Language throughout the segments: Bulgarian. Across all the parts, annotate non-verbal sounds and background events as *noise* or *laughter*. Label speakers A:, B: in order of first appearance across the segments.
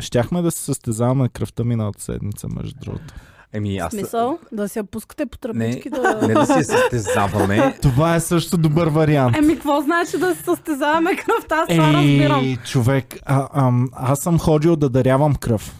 A: Щяхме да се състезаваме кръвта миналата седмица, между другото.
B: Еми, аз...
C: Смисъл?
A: е.
C: Да си я пускате по
B: Не,
C: тръбички да...
B: не да
A: *laughs*
B: се състезаваме.
A: Това е също добър вариант.
C: Еми, какво значи да се състезаваме кръвта? Ами, Аз това разбирам.
A: Ей, човек, а, ам, аз съм ходил да дарявам кръв.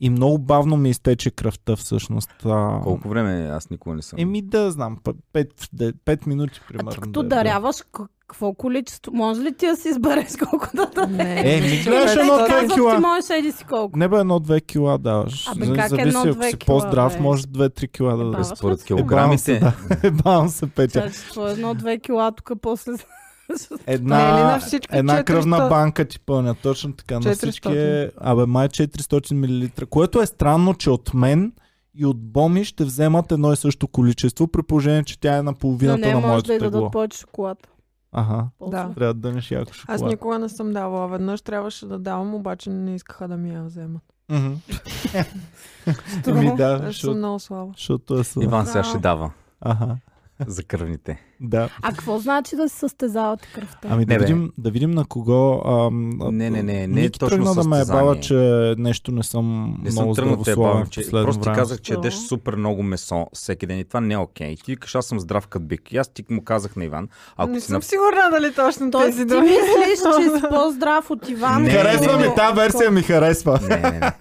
A: И много бавно ми изтече кръвта всъщност. А...
B: Колко време аз никога не съм.
A: Еми да знам, 5 минути
C: А
A: примерно.
C: ти като
A: да е
C: даряваш, к- какво количество? Може ли ти да си избереш колко да дадеш?
A: било. Е, ми гледаш
C: Те
A: едно-две
C: казват, ти
A: кила.
C: можеш еди си колко.
A: Не бе, едно-две кила даваш.
C: Абе,
A: За-
C: как
A: Зависи,
C: едно-две
A: ако си
C: кила,
A: по-здрав,
C: бе?
A: може две-три кила да дадеш. *laughs*
C: Ебава.
B: Според
C: Е,
B: килограмите.
A: бавам Ебавам се, Петя.
C: Чакай, това е едно-две кила тук, после... *laughs*
D: Не ли на
A: Една,
D: Е, всички
A: Е, една
D: 400?
A: кръвна банка ти пълня, точно така. На всички е,
D: 400.
A: абе, май 400 мл. Което е странно, че от мен и от Боми ще вземат едно и също количество, при положение, че тя е на
C: Но
A: половината
C: не
A: на
C: може
A: моето
C: да й
A: тегло.
C: дадат повече шоколад.
A: Ага,
C: После.
D: Да.
A: трябва да дънеш яко шоколад.
D: Аз никога не съм давала. Веднъж трябваше да давам, обаче не искаха да ми я вземат.
A: Мгм. Еми
D: Е,
C: Струва.
A: да,
D: Аз съм
A: защото-
D: много слаба.
A: защото е съда.
B: Иван сега ще дава
A: Ага, *laughs*
B: за кръвните.
A: да.
C: А какво значи да се състезавате кръвта?
A: Ами да
B: Не, бе.
A: видим, да видим на кого... Ам,
B: Не, не, не, не е
A: Ники
B: точно
A: тръгна да ме е
B: състезание.
A: бава, че нещо не съм
B: Не съм
A: много
B: тръгнал да те
A: здравословен
B: бавам,
A: в
B: че
A: последно
B: просто ти
A: време.
B: казах, че
C: Защо?
B: ядеш супер много месо всеки ден и това не е окей. Ти викаш, аз съм здрав като бик. И аз ти му казах на Иван, ако
D: не
B: си
A: *laughs*
B: на...
D: съм сигурна дали точно
C: Тоест
D: тези
C: ти
D: думи.
C: мислиш, че
D: *laughs*
C: си по-здрав от Иван?
B: Не,
A: Харесва ми,
B: не.
A: тази версия ми харесва.
B: Не, не, не.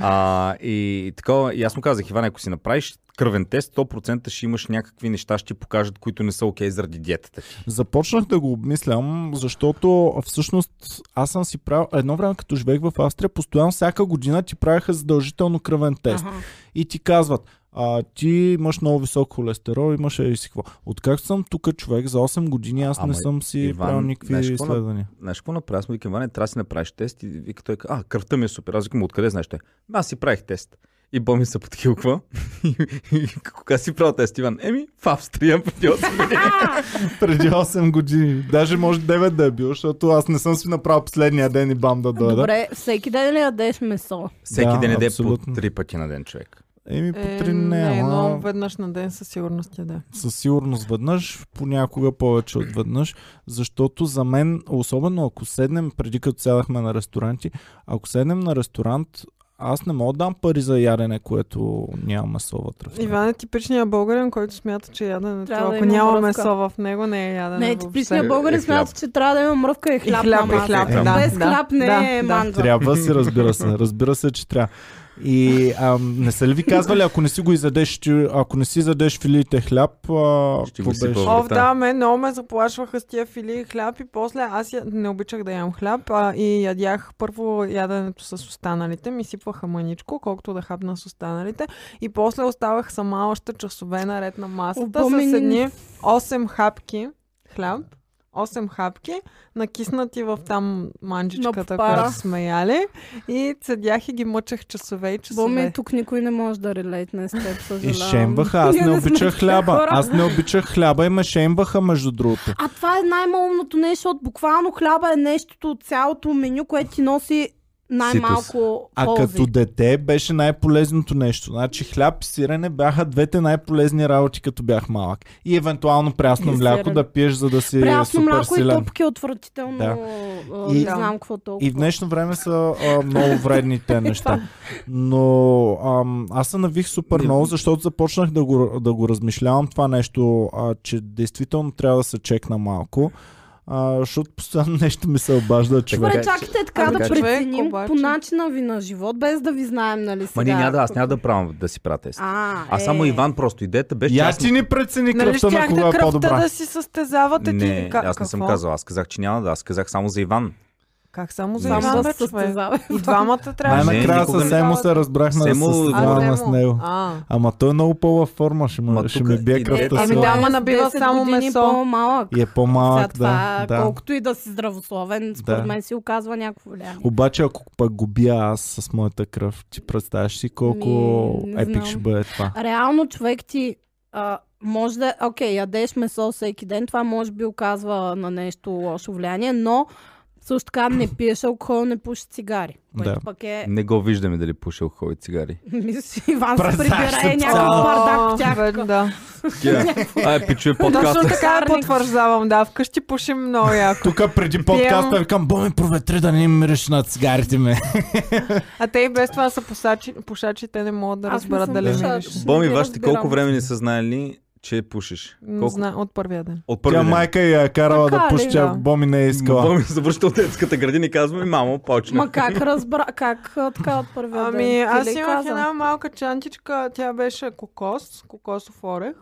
B: А, и, и такова, и аз му казах, Иван, ако си направиш кръвен тест, 100% ще имаш някакви неща, ще ти покажат, които не са окей заради диетата. ти.
A: Започнах да го обмислям, защото всъщност аз съм си правил едно време като живеех в Австрия, постоянно всяка година ти правиха задължително кръвен тест.
C: Аха.
A: И ти казват, а, ти имаш много висок холестерол, имаш еди си какво. Откакто съм тук човек, за 8 години аз не
B: Ама,
A: съм си
B: Иван,
A: правил никакви
B: знаеш какво на-
A: изследвания.
B: Знаеш какво направя? Аз му викам, Иван, трябва да си направиш тест. И вика той, а, кръвта ми е супер. Аз викам, откъде знаеш той? «Ами Аз си правих тест. И Боми се подхилква. *laughs* И вика, Кога си правил тест, Иван? Еми, в Австрия преди
A: *laughs*
B: 8 години.
A: *laughs* Преди 8 години. Даже може 9 да е бил, защото аз не съм си направил последния ден и бам да дойда.
C: Добре, всеки ден ли ядеш месо?
B: Всеки
A: Да,
B: ден е по
A: абсолютно.
B: три пъти на ден човек.
A: Еми по
D: Е,
A: 3 не,
D: не,
A: ама...
D: но веднъж на ден със сигурност я да.
A: със сигурност веднъж, понякога повече от веднъж, защото за мен, особено ако седнем, преди като сядахме на ресторанти, ако седнем на ресторант, аз не мога да дам пари за ядене, което няма месо вътре. в него.
D: Иван е типичният българин, който смята, че яденето,
C: Трябва да
D: ако
C: има
D: няма
C: връзка.
D: месо в него, не е ядене
C: Не,
D: въобще.
C: типичният българин
B: Е, хляб.
C: смята, че трябва да има мръвка и
D: И
C: хляб.
D: хляб,
C: на
D: и
C: масата.
D: хляб,
A: Е,
D: да.
C: Без
D: да,
C: хляб не е
D: да, да.
C: мандва.
A: Трябва си, разбира се. Разбира се, че трябва. И ам, не са ли ви казвали, ако не си го изядеш, ти- ако не си изядеш филиите хляб, а,
B: Ще
A: какво
B: го сипа
A: беше?
B: в-
D: О,
B: Добре,
D: да, мен много ме заплашваха с тия фили и хляб и после аз я... не обичах да ям хляб а, и ядях първо яденето с останалите, ми сипваха мъничко, колкото да хапна с останалите и после оставах сама още часове наред на масата
C: Обомен-
D: с едни 8 хапки хляб, 8 хапки, накиснати в там манджичката,
C: пара.
D: която сме яли и седях и ги мъчех часове и часове.
C: Боми, тук никой не може да релейтне с теб, съжалявам.
A: И шемваха, аз
C: Ние
A: не
C: сме
A: обичах
C: такива
A: хляба.
C: хора.
A: Аз не обичах хляба и ме шемваха, между другото.
C: А това е най-малумното нещо, защото буквално хляба е нещото от цялото меню, което ти носи най-малко
A: А
C: ползи.
A: като дете беше най-полезното нещо. Значи хляб и сирене бяха двете най-полезни работи, като бях малък. И евентуално прясно
C: И
A: мляко
C: сирене.
A: да пиеш, за да си
C: Прясно
A: супер
C: мляко и
A: силен.
C: топки е отвратително.
A: е Да.
C: а,
A: И-
C: не
D: Да.
C: знам какво толкова.
A: И в днешно време са а, много вредни те
C: *laughs*
A: неща. Но ам, аз се навих супер
B: Не.
A: много, защото започнах да го, да го размишлявам това нещо, а, че действително трябва да се чекна малко. А, защото постоянно нещо ми се обажда, че
C: Добре,
B: Така че-
C: чакайте така
B: Ами
C: да
B: човек,
C: преценим
D: обаче-
C: по начина ви на живот, без да ви знаем, нали сега.
B: Ма ние няма да, аз няма да правя да си правя тест. А,
C: А, е.
B: само Иван просто идеята беше. че
A: Я
B: аз не-
A: ти ни прецени
D: Нали
A: кръвта на
D: щяхте
A: кога е
D: кръвта
A: по-добра.
D: да си състезавате? ти?
B: Не,
D: Ка-
B: аз не съм
D: какво?
B: казал. Аз казах, че няма да. Аз казах само за Иван.
D: Как само за
B: Не.
C: Само
D: Иван
C: да
D: бе,
C: се
D: човек?
C: състезава.
D: И двамата трябва
B: Не,
A: Най-накрая
B: никога
A: с
B: не.
A: Семо се разбрахме да се
B: Семо-
A: състезаваме
D: А,
A: с него.
D: А,
A: Ама той е много по-във форма, ще, му,
B: Ма
A: ще
B: тук
A: ми бие
B: и-
A: кръвта
B: Ами
A: си.
D: да, ама
C: С
D: набива
C: 10
D: само
C: години
D: месо.
C: По-малък.
A: И е
C: Сега
A: по-малък,
C: това,
A: да. да.
C: колкото и да си здравословен, според
A: Да.
C: мен си оказва някакво влияние.
A: Обаче, ако пък го бия аз с моята кръв, ти представяш си колко
D: Ами,
C: Ми, не
A: епик
C: знам.
A: ще бъде това.
C: Реално човек ти а, може да, окей, ядеш месо всеки ден, това може би оказва на нещо лошо влияние, но Също така не пиеш алкохол, не пуши цигари. Което
A: Да.
C: пък е...
B: Не го виждаме дали пуши алкохол и цигари.
C: Мисля, Иван се
A: Празаш
C: прибира
A: се
C: е
A: цял.
C: някакъв бардак в тях.
D: Верно, да.
B: Ай, пичуе
D: Точно
B: подкаста.
D: така
C: Сарник.
D: потвърждавам, да. Вкъщи пушим много яко.
A: Тук преди подкаста викам, бо ми проветри да не мириш на цигарите ми.
D: А те и без това са пушачи, пушачи те не могат да
C: Аз не
D: разберат
C: съм
D: дали
C: пушач.
D: мириш.
B: Боми,
C: Не
B: вашите колко
C: разбирам.
B: време не са знаели, че пушиш?
D: Не
B: Колко?
D: знам, от първия ден.
B: От първи
A: Тя
B: ден.
A: майка я е карала
D: Така
A: да
D: ли,
A: пуши, тя
D: да?
A: Боми не е искала.
B: Боми завръща от детската градина и казва ми, мамо, почна.
C: Ма как разбра, как а, така от първия ден?
D: Ами,
C: Ти
D: аз
C: ли
D: имах
C: каза?
D: една малка чантичка, тя беше кокос, кокосов орех.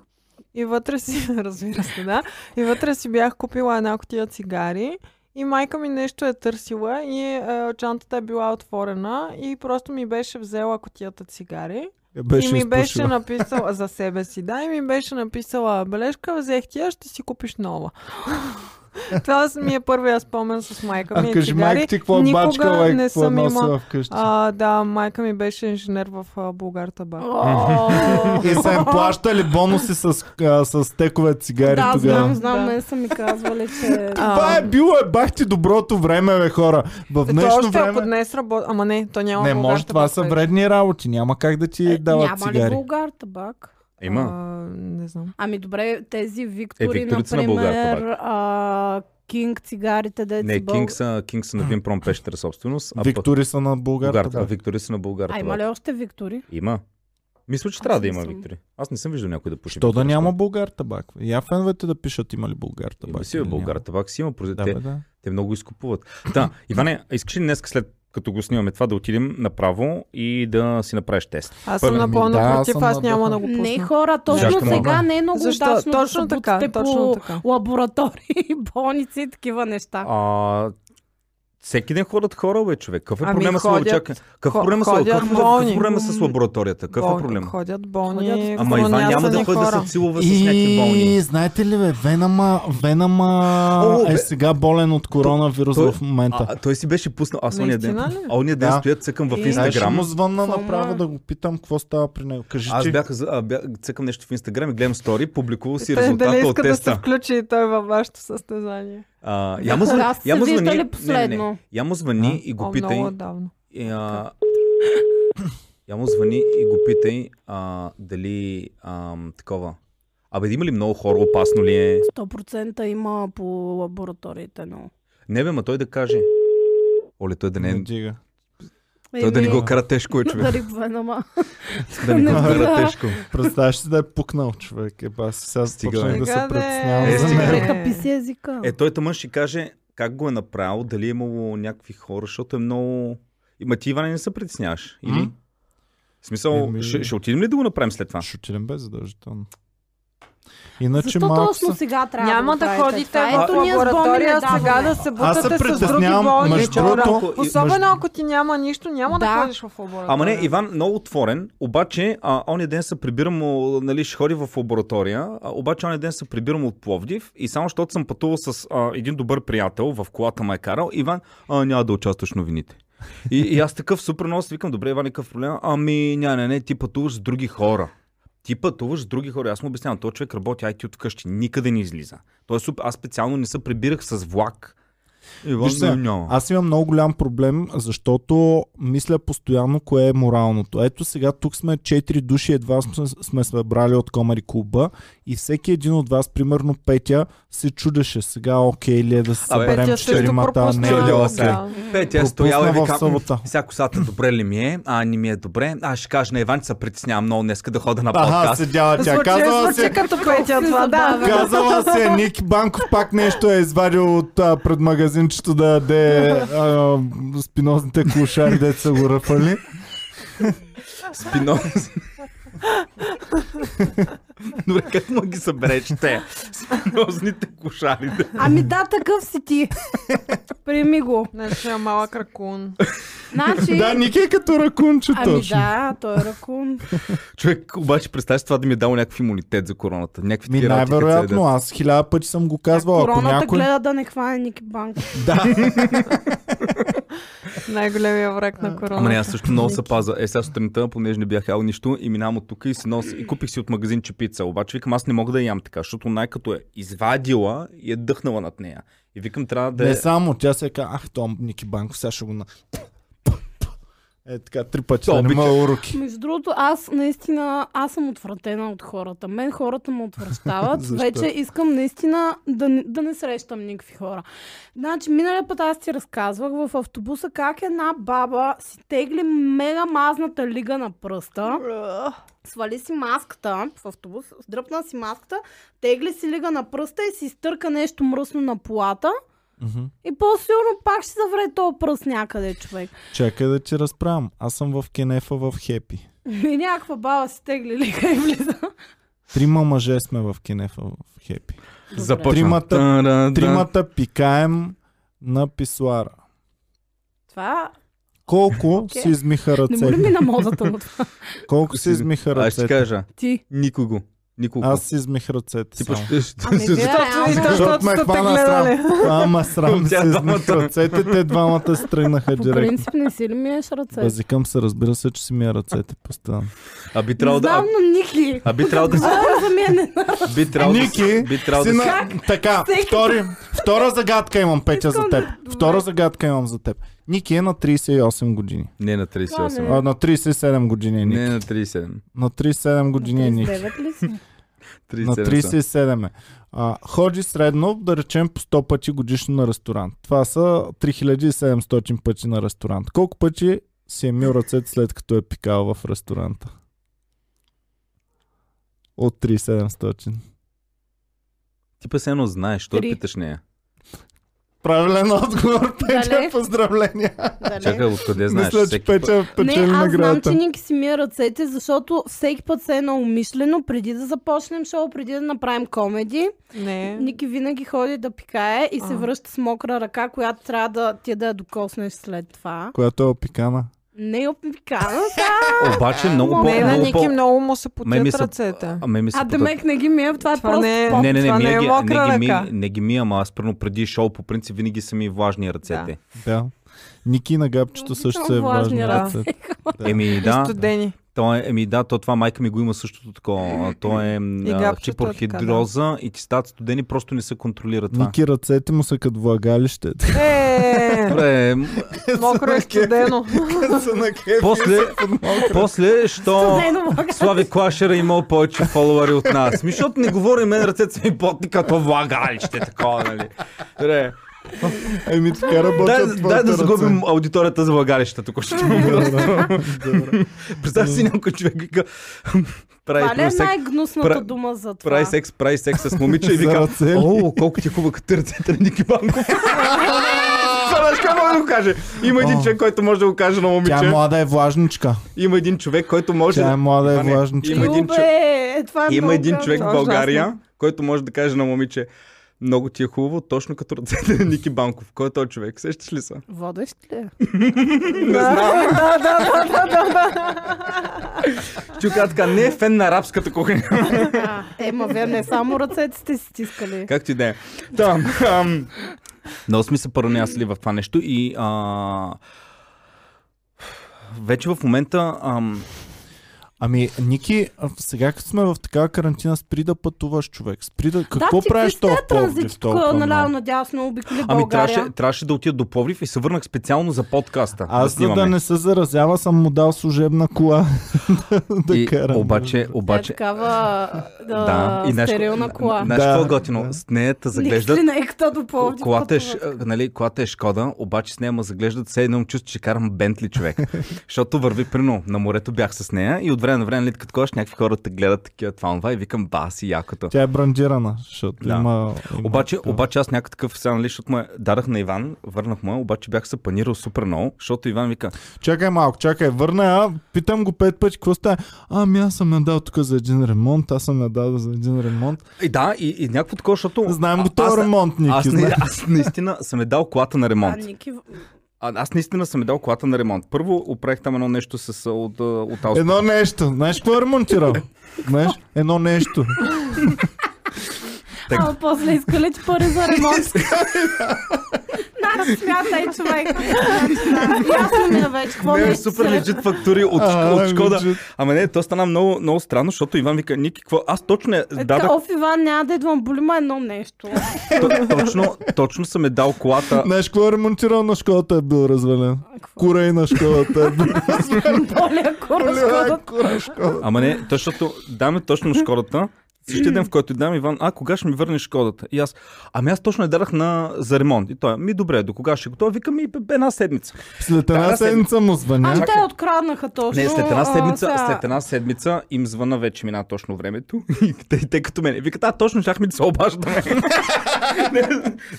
D: И вътре си, *laughs* разбира се, да. И вътре си бях купила една котия цигари. И майка ми нещо е търсила и е, чантата е била отворена и просто ми беше взела котията цигари.
A: Я Беше
D: и ми
A: *laughs*
D: беше
A: изпушила.
D: написала за себе си, да, и ми беше написала бележка, взех тия, ще си купиш нова. *laughs* Това с- ми е първия спомен с майка ми.
A: А
D: и
A: кажи,
D: Ами, цигари.
A: майка ти какво е
D: Никога
A: бачкала и
D: не
A: какво е
D: съм
A: носила
D: имала-
A: вкъщи?
D: А, да, майка ми беше инженер в а, Българ Табак.
C: О,
A: И са им плащали бонуси с, а, с текове цигари
C: Да, знам,
A: тогава.
D: Да.
C: знам, мен са ми казвали,
B: *laughs*
C: че...
D: А,
A: Това е било е бахти доброто време, бе, хора. В
D: Е, То
A: днешно
D: още ако
A: време...
D: днес работи... Ама не, то няма
A: Не
D: Българ
A: може, това
D: Табак
A: са
D: вече.
A: вредни работи. Няма как да ти дават
C: Е, Няма ли
A: цигари.
C: българ табак?
D: А,
B: Има.
D: не знам.
C: Ами добре, тези
B: Е,
C: Виктори,
B: Викторите на Българ
C: например, а, Кинг цигарите, деца
B: Не, Кинг са, Кинг са на Винпром пещера собственост, а пък
A: Виктори са на
B: Българ,
A: Българ.
B: а
A: табак.
B: Виктори са на Българ.
C: А
B: това.
C: има ли още Виктори?
B: Има. Мисля, че
C: Аз
B: трябва да
C: не
B: има
C: съм.
B: Виктори. Аз не съм виждал някой да пуши.
A: Що да
B: Виктори.
A: няма българ табак? Я феновете да пишат има ли българ
B: Еми,
A: табак.
B: си бе,
A: или няма.
B: Българ табак си има, произвед-
A: Да,
B: те,
A: бе, да.
B: те много изкупуват. Да, Иване, а искаш ли днес след като го снимаме това да отидем направо и да си направиш тест?
D: Аз съм
B: Първо,
D: напълно
A: да, аз
D: против,
A: съм
D: аз няма
A: на-
D: да го пусна.
C: Не, хора,
B: Чакай
C: точно
B: малко.
C: сега не е много
D: Защо?
C: удачно
D: Точно
C: да се
D: така,
C: бутате
D: точно
C: по
D: така.
C: лаборатории, *laughs* болници и такива неща.
B: А, всеки ден ходят хора, бе, човек. Какъв е
D: Ами,
B: проблема
D: ходят-
B: с лабораторията? Какъв
D: хо-
B: проблема с
D: ходят
B: какъв- какъв
D: болни.
B: проблема с лабораторията? Какъв е
D: Болни-
B: проблема?
D: Ходят болни,
C: Ходят.
B: Ама Иван няма да
D: хлонясани
B: ходи да
D: хора.
B: се целува с някакви болни.
A: И знаете ли, бе, Венама, Венама
B: О, бе.
A: е сега болен от коронавирус
B: той-
A: в момента.
B: А, а, той си беше пуснал, аз ония ден.
D: Наистина ли?
B: А ония ден
A: Да.
B: стоят цъкам в
D: Е.
A: Знаеш, ще му
B: Инстаграм.
A: звънна
C: Какво
A: направо
C: ма?
A: да го питам какво става при него. Кажи,
B: Аз
A: че
B: бях, за- а, бях цъкам нещо в Инстаграм и гледам стори, публикува си е
D: Та- Дали
B: резултата от
D: иска да се
B: теста.
D: включи и той във вашето състезание?
B: А,
C: Да,
B: Яма звъни,
C: аз се
B: яма звъни,
C: виждали
B: не, не, не,
C: последно.
B: яма звъни и го
D: О,
B: питай.
D: много отдавна.
B: и, а, Яма звъни и го питай а, дали ам, такова. Абе, има ли много хора, опасно ли е?
C: 100% има по лабораториите, но...
B: Не бе, ма той да каже. Оле, той да не,
A: не дига.
B: той да ни
C: Еми,
B: го кара тежко е човек.
C: Дари Венама.
B: да ни го
C: не
B: кара
C: знам.
B: тежко.
A: Представяш си да е пукнал човек. Е, аз сега
B: Стига,
A: стигам
B: бе.
A: да се
D: Стига, бе.
A: притеснявам
B: Е,
A: за
B: стига, бе.
A: него.
C: Река писи езика.
B: Е, той тъмън ще каже как го е направил, дали е имало някакви хора, защото е много... Има ти, Иване, не се притесняваш? Или?
A: М?
B: В смисъл,
A: Еми-
B: ще, ще отидем ли да го направим след това?
A: Ще отидем без задължително.
B: значи
A: Иначе
C: Защо
A: малко
C: точно
A: са...
C: сега трябва
D: Няма да
C: го правите
D: ходите
C: това? Е,
D: в
C: Ето ние с Боми
D: лаборатория
C: не даваме.
D: сега да се
A: Аз се
D: бутате с други
A: притеснявам,
D: болни
A: между
D: хора.
A: другото-
D: Особено
A: между-
D: ако ти няма нищо, няма да,
C: Да.
D: ходиш в лаборатория.
B: Ама не, Иван много отворен, обаче а, ония ден се прибирам, о, нали, ще ходи в лаборатория, а, обаче ония ден се прибирам от Пловдив и само защото съм пътувал с а, един добър приятел, в колата ме е карал, Иван, а, няма да участваш в новините. И, и аз такъв супер много си викам, добре, Иван, какъв проблем? Ами, не, не, не, ти пътуваш с други хора. Ти пътуваш с други хора. Аз му обяснявам, този човек работи IT от къщи, никъде не излиза. Той е супер. Аз специално не се прибирах с влак. Иван,
A: Виж сега,
B: не, няма.
A: Аз имам много голям проблем, защото мисля постоянно кое е моралното. Ето сега тук сме 4 души, едва сме, сме събрали от Комари клуба и всеки един от вас, примерно Петя, се чудеше сега окей ли е да се
B: Абе,
A: съберем
D: Петя също
A: четиримата, не е ли
D: пропусна.
A: окей.
D: Да.
B: Пе, тя е
A: Пропусна
B: стояла и
A: в
B: вика,
A: събота.
B: «М, сега косата добре ли ми е, а не ми е добре. Аз ще кажа на Иван, че се притеснявам много днеска да хода на
A: Аха,
B: подкаст.
A: седяла тя.
D: Звучи-
A: Казала
D: звучи
A: се,
D: като Петя
C: Си
D: това, да.
C: забавя.
A: казала се, Ники Банков пак нещо е извадил от а, пред магазинчето да яде а, спинозните клушари, дето са го ръфали.
B: Спино. добре, е, как му ги събереш те? Спинозните кошари.
C: Ами да, такъв си ти. Приеми го.
D: Значи е малък ракун.
C: Значи...
A: Да, Ники е като ракунче
C: Ами
A: точно.
C: да, той е ракун.
B: Човек, обаче представяш това да ми е дал някакъв имунитет за короната. Някакви
A: Ми
B: такива работи, като се
A: най-вероятно,
B: ядат.
A: аз хиляда пъти съм го казвал. Ако
C: Короната
A: някой...
C: гледа да не хване Ники Банк.
A: Да.
D: Най-големия враг на корона.
B: Ама не, аз също много се паза. Е, сега сутринта, понеже не бях ял нищо и минавам от тук и, си нося, и купих си от магазин чепица. Обаче викам, аз не мога да я ям така, защото най-като е извадила и е дъхнала над нея. И викам, трябва да е...
A: Не само, тя се казва, ах, Том Ники Банко, сега ще го на... *laughs* Е така, три пъти.
B: То
A: да не
B: обича.
A: ме уроки.
C: Между другото, аз наистина, аз съм отвратена от хората. Мен хората ме отвръщават.
A: Защо?
C: Вече искам наистина да, не- да не срещам никакви хора. Значи, миналия път аз ти разказвах в автобуса как една баба си тегли мега мазната лига на пръста. Свали си маската в автобус, дръпна си маската, тегли си лига на пръста и си стърка нещо мръсно на полата.
A: Мгм.
C: И по-сигурно пак ще завре този пръст някъде, човек. *laughs*
A: Чакай да ти разправям. Аз съм в Кенефа в Хепи.
C: И някаква баба си тегли лига и влиза.
A: Трима мъже сме в Кенефа в Хепи.
C: Добре.
B: Започна.
A: Тримата-
B: Та-да-да.
A: Тримата пикаем на писуара.
C: Това
A: Колко
C: Окей.
A: си измиха
C: не му ли
A: ръцете?
C: мина мозата му това?
A: Колко си измиха
B: Аз ще ти
A: ръцете?
B: кажа.
C: Ти.
B: Никого. Никого.
A: Аз си измих ръцете.
B: Ти пък
A: само.
B: ще... ще-
C: Ами,
B: ще-
C: вие реално-
D: Защото и
A: Защото
D: защото
A: ме
D: сте те
A: хвана
D: гледали.
C: нали?
A: Ама срам си
B: Тя
A: измих
B: двамата.
A: ръцете, те двамата се тръгнаха
C: По
A: директно.
C: принцип не си ли миеш ръце?
A: Базикам се, разбира се, че си мия ръцете постоянно.
B: А би
C: Не
B: трябвало да...
C: знам,
B: а-
C: но Ники.
B: А би трябвало да... се-
C: Говоря за мен.
B: Би трябвало да... се-
A: Ники,
B: Би трябвало
A: Си
B: да...
A: на-
B: се-
A: Така,
C: Всеки-
A: втори, втора загадка имам, Петя, за
C: Искам
A: теб.
C: да- добре.
A: Втора загадка имам за теб. Ники е на 38 години.
B: Не на 38.
A: А, на 37 години е Ники.
B: Не на 37.
A: На 37 години е Ники.
C: 39 ли си?
A: На
B: 37. са.
A: 37 е. А, ходи средно, да речем, по 100 пъти годишно на ресторант. Това са 3700 пъти на ресторант. Колко пъти си е мил ръцете след като е пикал в ресторанта? От 3700.
B: Ти пък едно знаеш, що я
C: Три.
B: питаш нея.
A: Правилен отговор, Петя,
C: Дале.
A: поздравления.
C: Дале.
B: Чакай, откъде знаеш?
A: Мисля, че
B: Всеки път-
A: Петя
C: Не,
A: печели
C: аз знам, че
A: наградата.
C: Ники си мие ръцете, защото всеки път се е наумишлено, преди да започнем шоу, преди да направим комеди,
D: Не.
C: Ники винаги ходи да пикае и се
D: А.
C: връща с мокра ръка, която трябва да ти да я докоснеш след това.
A: Която е опикана.
C: Не е опикана,
B: Обаче много по...
D: Не, е на
B: много
D: Ники
B: по...
D: много му се
B: Ами,
D: потят
B: ми са-
D: ръцете.
B: А, ме ми се
C: а
B: потъп-
C: Демек не ги мие, това е
D: Това
C: просто
D: не е-
C: поп.
B: Не, не, не,
D: Това не
B: мия
D: е
B: ги-
D: мокра
B: не, ги,
D: ръка.
B: ми, не ги мия, ама аз прено преди шоу по принцип винаги са ми влажни ръцете.
A: Да. Ники на габчето също се е
C: Обичам влажни
A: важни
D: ръце.
A: ръцете. Да.
B: Еми
D: И
B: да,
D: студени.
B: то е, еми да, то това майка ми го има същото такова. То е м,
D: И
B: а,
D: габчето е така, да.
B: хипорхидроза и ти стават студени, просто не се контролира това.
A: Ники ръцете му са като влагалище. *laughs*
D: Е,
B: Добре, м,
D: мокро е студено.
A: са на кеф.
B: после, после, *laughs* що
C: Студено мокра.
B: Слави Клашера имал повече фолуари от нас. Ми, защото не говори мен ръцете са ми потни като влагалище, такова, нали. Добре.
A: Еми така
B: Дай,
A: работят
B: дай да загубим аудиторията за влагалища, тук ще Представя си някой човек вика, *laughs*
C: Това ли
B: прави
C: е
B: секс,
C: най-гнусната
B: пра-
C: дума за това?
B: прави секс, прави секс с момиче и
A: За
B: вика,
A: ръце ли?
B: о, колко ти е хубава като ръцете на Ники Банков. *laughs* Това знаеш как мога да го каже. Има един
A: О.
B: човек, който може да го каже
A: Тя
B: на
A: е
B: момиче.
A: млада е влажничка.
B: Има един човек, който може
A: Тя е
B: да...
A: млада е
B: Иване,
A: влажничка.
B: има един
C: Любе,
B: човек-
C: е, това е
B: Има
C: много
B: един
C: гадно.
B: човек в
D: Това е
B: България,
D: ужасно.
B: който може да каже на момиче, много ти е хубаво, точно като ръцете на Ники Банков. Кой е този човек? Сещаш ли се?
C: Водещ ли е?
B: Не знам. *laughs* Да, да, да, да. Чука така, не е фен на арабската кухня.
C: А, *laughs* Е, ма вие не само ръцете сте си стискали.
B: Както и да е. Да. ам, Много сме се паранясали в това нещо и а, вече в момента ам,
A: Ами, Ники, а, сега като сме в такава карантина, спри да пътуваш, човек. Спри да... Какво
C: да,
A: правиш то
C: то
A: в Пловдив
C: транзит тук
A: толкова
C: наляво
A: много?
C: надясно обиколи
B: ами
C: България. Е,
B: трябваше, трябваше да отида до Пловдив и се върнах специално за подкаста.
A: Аз за
B: снимаме.
A: да не се заразява, съм му дал служебна кола *laughs* да
B: и,
A: карам.
B: обаче,
C: Е
B: обаче,
C: такава да,
B: да, и знаеш-
C: стерилна
B: н-
C: кола.
B: н- Знаеш
A: Да,
B: какво е готино?
A: да.
B: С нея те заглеждат.
C: Никакви линейката до Пловдив.
B: Колата е, ш-
C: пътуват.
B: а, нали, колата е Шкода, обаче с нея ме заглеждат, все едно имам чувство, че карам
A: *laughs*
B: Бентли човек. Защото върви прино. На морето бях с нея и от време на време, нали, като кош, някакви хора те гледат такива това това и викам баси якото.
A: Тя е брандирана, защото
B: Да.
A: има... има
B: Обаче,
A: такова.
B: обаче аз някакъв такъв сега, нали, защото му я дадах на Иван, върнах му, я, обаче бях се панирал супер много, защото Иван вика,
A: Чакай малко, чакай, върна я, питам го пет пъти, какво става? Ами аз съм я дал тук за един ремонт, аз съм я дал за един ремонт.
B: и да, и, и някакво такова, защото...
A: Знаем го
B: а- аз-
A: този ремонт,
B: Аз,
A: Ники,
B: не,
A: знаем.
B: аз наистина съм е дал колата на
C: А,
B: ремонт.
C: Ники,
B: А, аз наистина съм е дал колата на ремонт. Първо оправих там едно нещо с, а, от, а, от Ауспи.
A: Едно нещо, знаеш какво е ремонтирал? Знаеш, едно нещо.
B: Така. *laughs*
C: а после искали ти пари за ремонт. Как смятай, човек?
B: *laughs*
C: Ясно ми е вече. Какво
B: Не,
C: ми е
B: супер лежит фактури от, от Шкода. Ама не, то стана много, много странно, защото Иван вика, Ники, какво? Аз точно я
C: Е,
B: дадах,
C: така, оф, Иван, няма да идвам, боли ме едно нещо.
B: то- точно, точно съм е дал колата.
A: Знаеш, какво е ремонтирал на школата е бил развален. Курей на школата е бил
C: Боли, ако разходът.
A: развален.
B: Ама не, то, защото даме точно на Шкодата. Същия ден, в който дам Иван, а кога ще ми върнеш Шкодата? И аз, ами аз точно я дадах на, за ремонт. И той, ми добре, до кога ще е готова? Викам ми бе, една седмица.
A: След една
B: Да, след-
A: седмица му
C: Ами
A: звъня.
C: те я откраднаха точно.
B: Не, след една
C: а,
B: седмица,
C: сега.
B: след една седмица им звъна вече мина точно времето. *laughs* И те, те като мен. Викат, а, точно щяхме да се обаждаме. *laughs* Не,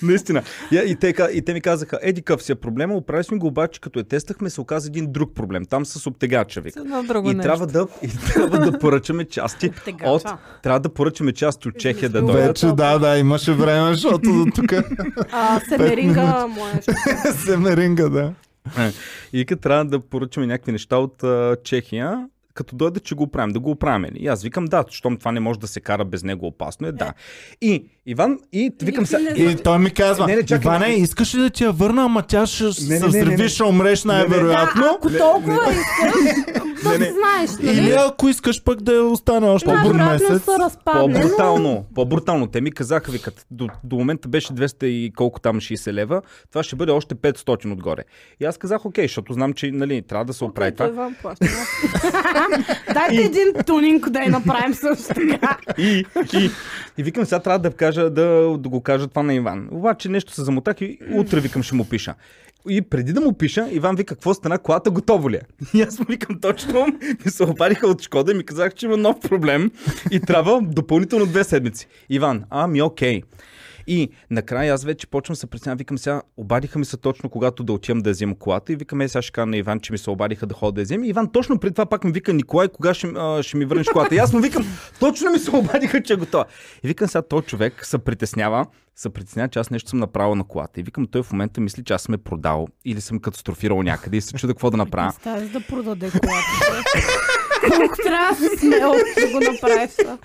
B: Наистина. И, и, те, ка- и те ми казаха, еди къв си е проблема, оправи сме го, обаче като е тествахме, се оказа един друг проблем. Там с обтегача, вика.
D: Едно друго
B: И
D: нещо.
B: трябва, да, и трябва да поръчаме части
C: Обтегача.
B: от... Трябва да поръчаме части от Чехия да
C: Измислил.
B: дойдат.
A: Вече да, да, имаше време, защото до тук *laughs*
C: А, Семеринга му е.
A: се меринга, да.
B: Е, И като трябва да поръчаме някакви неща от а, Чехия, като дойде, че го правим, да го оправим ли? И аз викам, да, щом това не може да се кара без него, опасно е, да. И, Иван, и викам
C: ти не
B: сега,
C: знаеш.
A: И той ми казва,
B: Не, не, чакай,
A: Иване,
B: не.
A: искаш ли да ти я върна, ама тя ще
B: не,
A: се
B: не, не, не.
A: взриви, ще умреш
C: Да,
A: най-вероятно.
C: ако толкова е искаш, да си знаеш,
A: Или
C: нали?
A: ако искаш пък да я остане още един
C: Най-вероятно
A: месец.
C: се разпадне, но
B: по-брутално, по-брутално. Те ми казаха, викат, до, до момента беше 200 и колко там 60 лева, това ще бъде още 500 отгоре. И аз казах, окей, защото знам, че нали, трябва да се оправи
C: Ето
B: това.
C: Иван плаща. *laughs* Дайте един тунинг да я направим също така.
B: И, и, и викам, сега трябва да, кажа, да, да го кажа това на Иван. Обаче нещо се замотах и утре викам, ще му пиша. И преди да му пиша, Иван вика, какво стана, колата готова ли е? И аз му викам точно, ми се обадиха от Шкода и ми казах, че има нов проблем и трябва допълнително две седмици. Иван, ами окей. И накрая аз вече почвам да се притеснявам, викам сега, обадиха ми се точно когато да отивам да я взема колата и викам, е, сега ще кажа на Иван, че ми се обадиха да ходя да я взема. И Иван точно при това пак ми вика, Николай, кога ще, а, ще ми върнеш колата? И аз му викам, точно ми се обадиха, че е готова. И викам сега, този човек се притеснява, се притеснява, че аз нещо съм направил на колата. И викам, той в момента мисли, че аз съм е продал или съм катастрофирал някъде и се чуда какво да направя.
C: Ставиш да продаде колата. Колко трябва да си смел, да го направиш. това.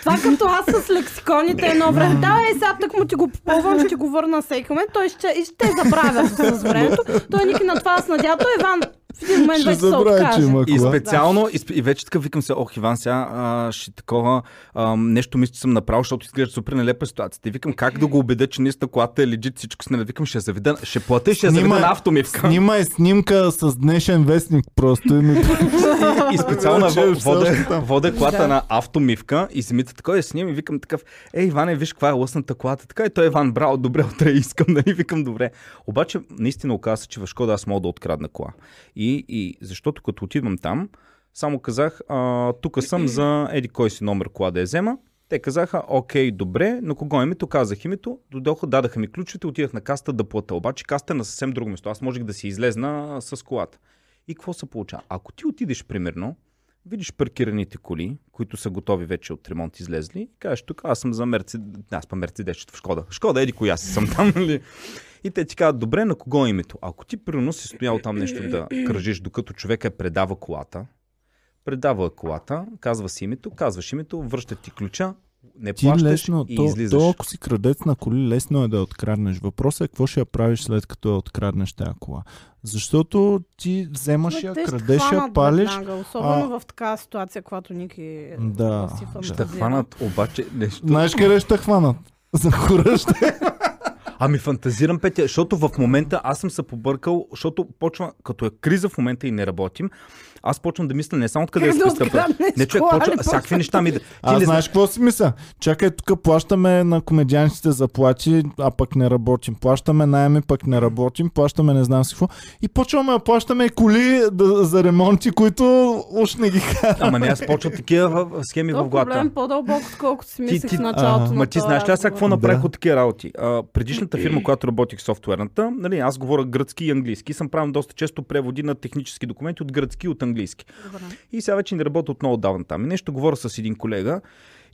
C: Това като аз с лексиконите едно време. Давай сега так му ти го попълвам, ще ти го върна всеки момент. Той ще, и ще забравя с времето. Той ники на това се надява. Той Иван в един момент
A: Ще
C: вече се
A: забравя, че
C: откаже.
A: има
B: И
A: кола.
B: специално, и, спе- и вече така викам се, ох, Иван, сега а, ще такова а, нещо мисля, че съм направил, защото изглежда супер нелепа ситуацията. И викам как да го убедя, че наистина колата е лежит всичко си наред. Викам, ще я заведа, ще плата и ще я заведа
A: Снимай-
B: на е автомивка.
A: Снимай снимка с днешен вестник просто и ми
B: И специално
A: Че
B: вод-
A: е все още
B: водя,
A: там.
B: водя
C: Да.
B: колата на автомивка и зимите такова я снимам и викам такъв, ей, Иване, виж каква е лъсната колата. Така и той е Иван, браво, добре, утре искам, *laughs* нали? Викам, добре. Обаче, наистина оказа, се, че в Шкода аз мога да открадна кола. И, и защото като отивам там, само казах, а, тук съм за еди кой си номер кола да я взема. Те казаха, окей, добре, на кого е името? Казах името, додоха, дадаха ми ключите, отидах на каста да плата. Обаче каста е на съвсем друго место. Аз можех да си излезна с колата. И какво се получава? Ако ти отидеш, примерно, видиш паркираните коли, които са готови вече от ремонт излезли, и кажеш тук, аз съм за Мерцедес, аз па Мерцедес, в Шкода. Шкода, еди коя си съм там, *laughs* нали? И те ти казват, добре, на кого е името? Ако ти примерно си стоял там нещо да кръжиш, докато човека е предава колата, предава колата, казва си името, казваш името, връща ти ключа, не
A: Ти
B: плащаш
A: лесно,
B: и
A: то,
B: излизаш.
A: то, ако си крадец на коли, лесно е да я откраднеш. Въпросът е какво ще я правиш след като я откраднеш тази кола. Защото ти вземаш я,
C: Те ще
A: крадеш я,
C: хванат
A: палиш.
C: веднага, Особено в такава ситуация, когато Ники е
A: Да.
C: си фантазира.
B: Ще хванат обаче нещо.
A: Знаеш къде ще те хванат? *laughs* За хора ще
B: Ами фантазирам, Петя, защото в момента аз съм се побъркал, защото почва, като е криза в момента и не работим, аз почвам да мисля не само откъде
C: Как
B: да
C: да
B: спестя
C: откраднеш
B: Не, човек,
C: кола,
B: почва,
C: не
B: всякакви неща ми... да- Ти
A: А
B: не
A: знаеш какво си мисля? Чакай, тук плащаме на комедианците заплати, а пък не работим. Плащаме найеми, пък не работим. Плащаме не знам си какво. И почваме да плащаме и коли да, за ремонти, които уж не ги карат.
B: Ама не, аз почвам такива в- схеми в
C: Това
B: главата.
C: проблем по-дълбоко, отколкото си мислих
B: ти-
C: в началото.
A: а,
C: на
B: Ма ти
C: този
B: знаеш ли аз сега какво
C: разговор.
B: направих
A: Да.
B: от такива работи? А, предишната фирма, която работих софтуерната, нали, аз говоря гръцки и английски. Съм правил доста често преводи на технически документи от гръцки и от английски.
C: Добре.
B: И сега вече не работя отново давам там. И нещо говоря с един колега.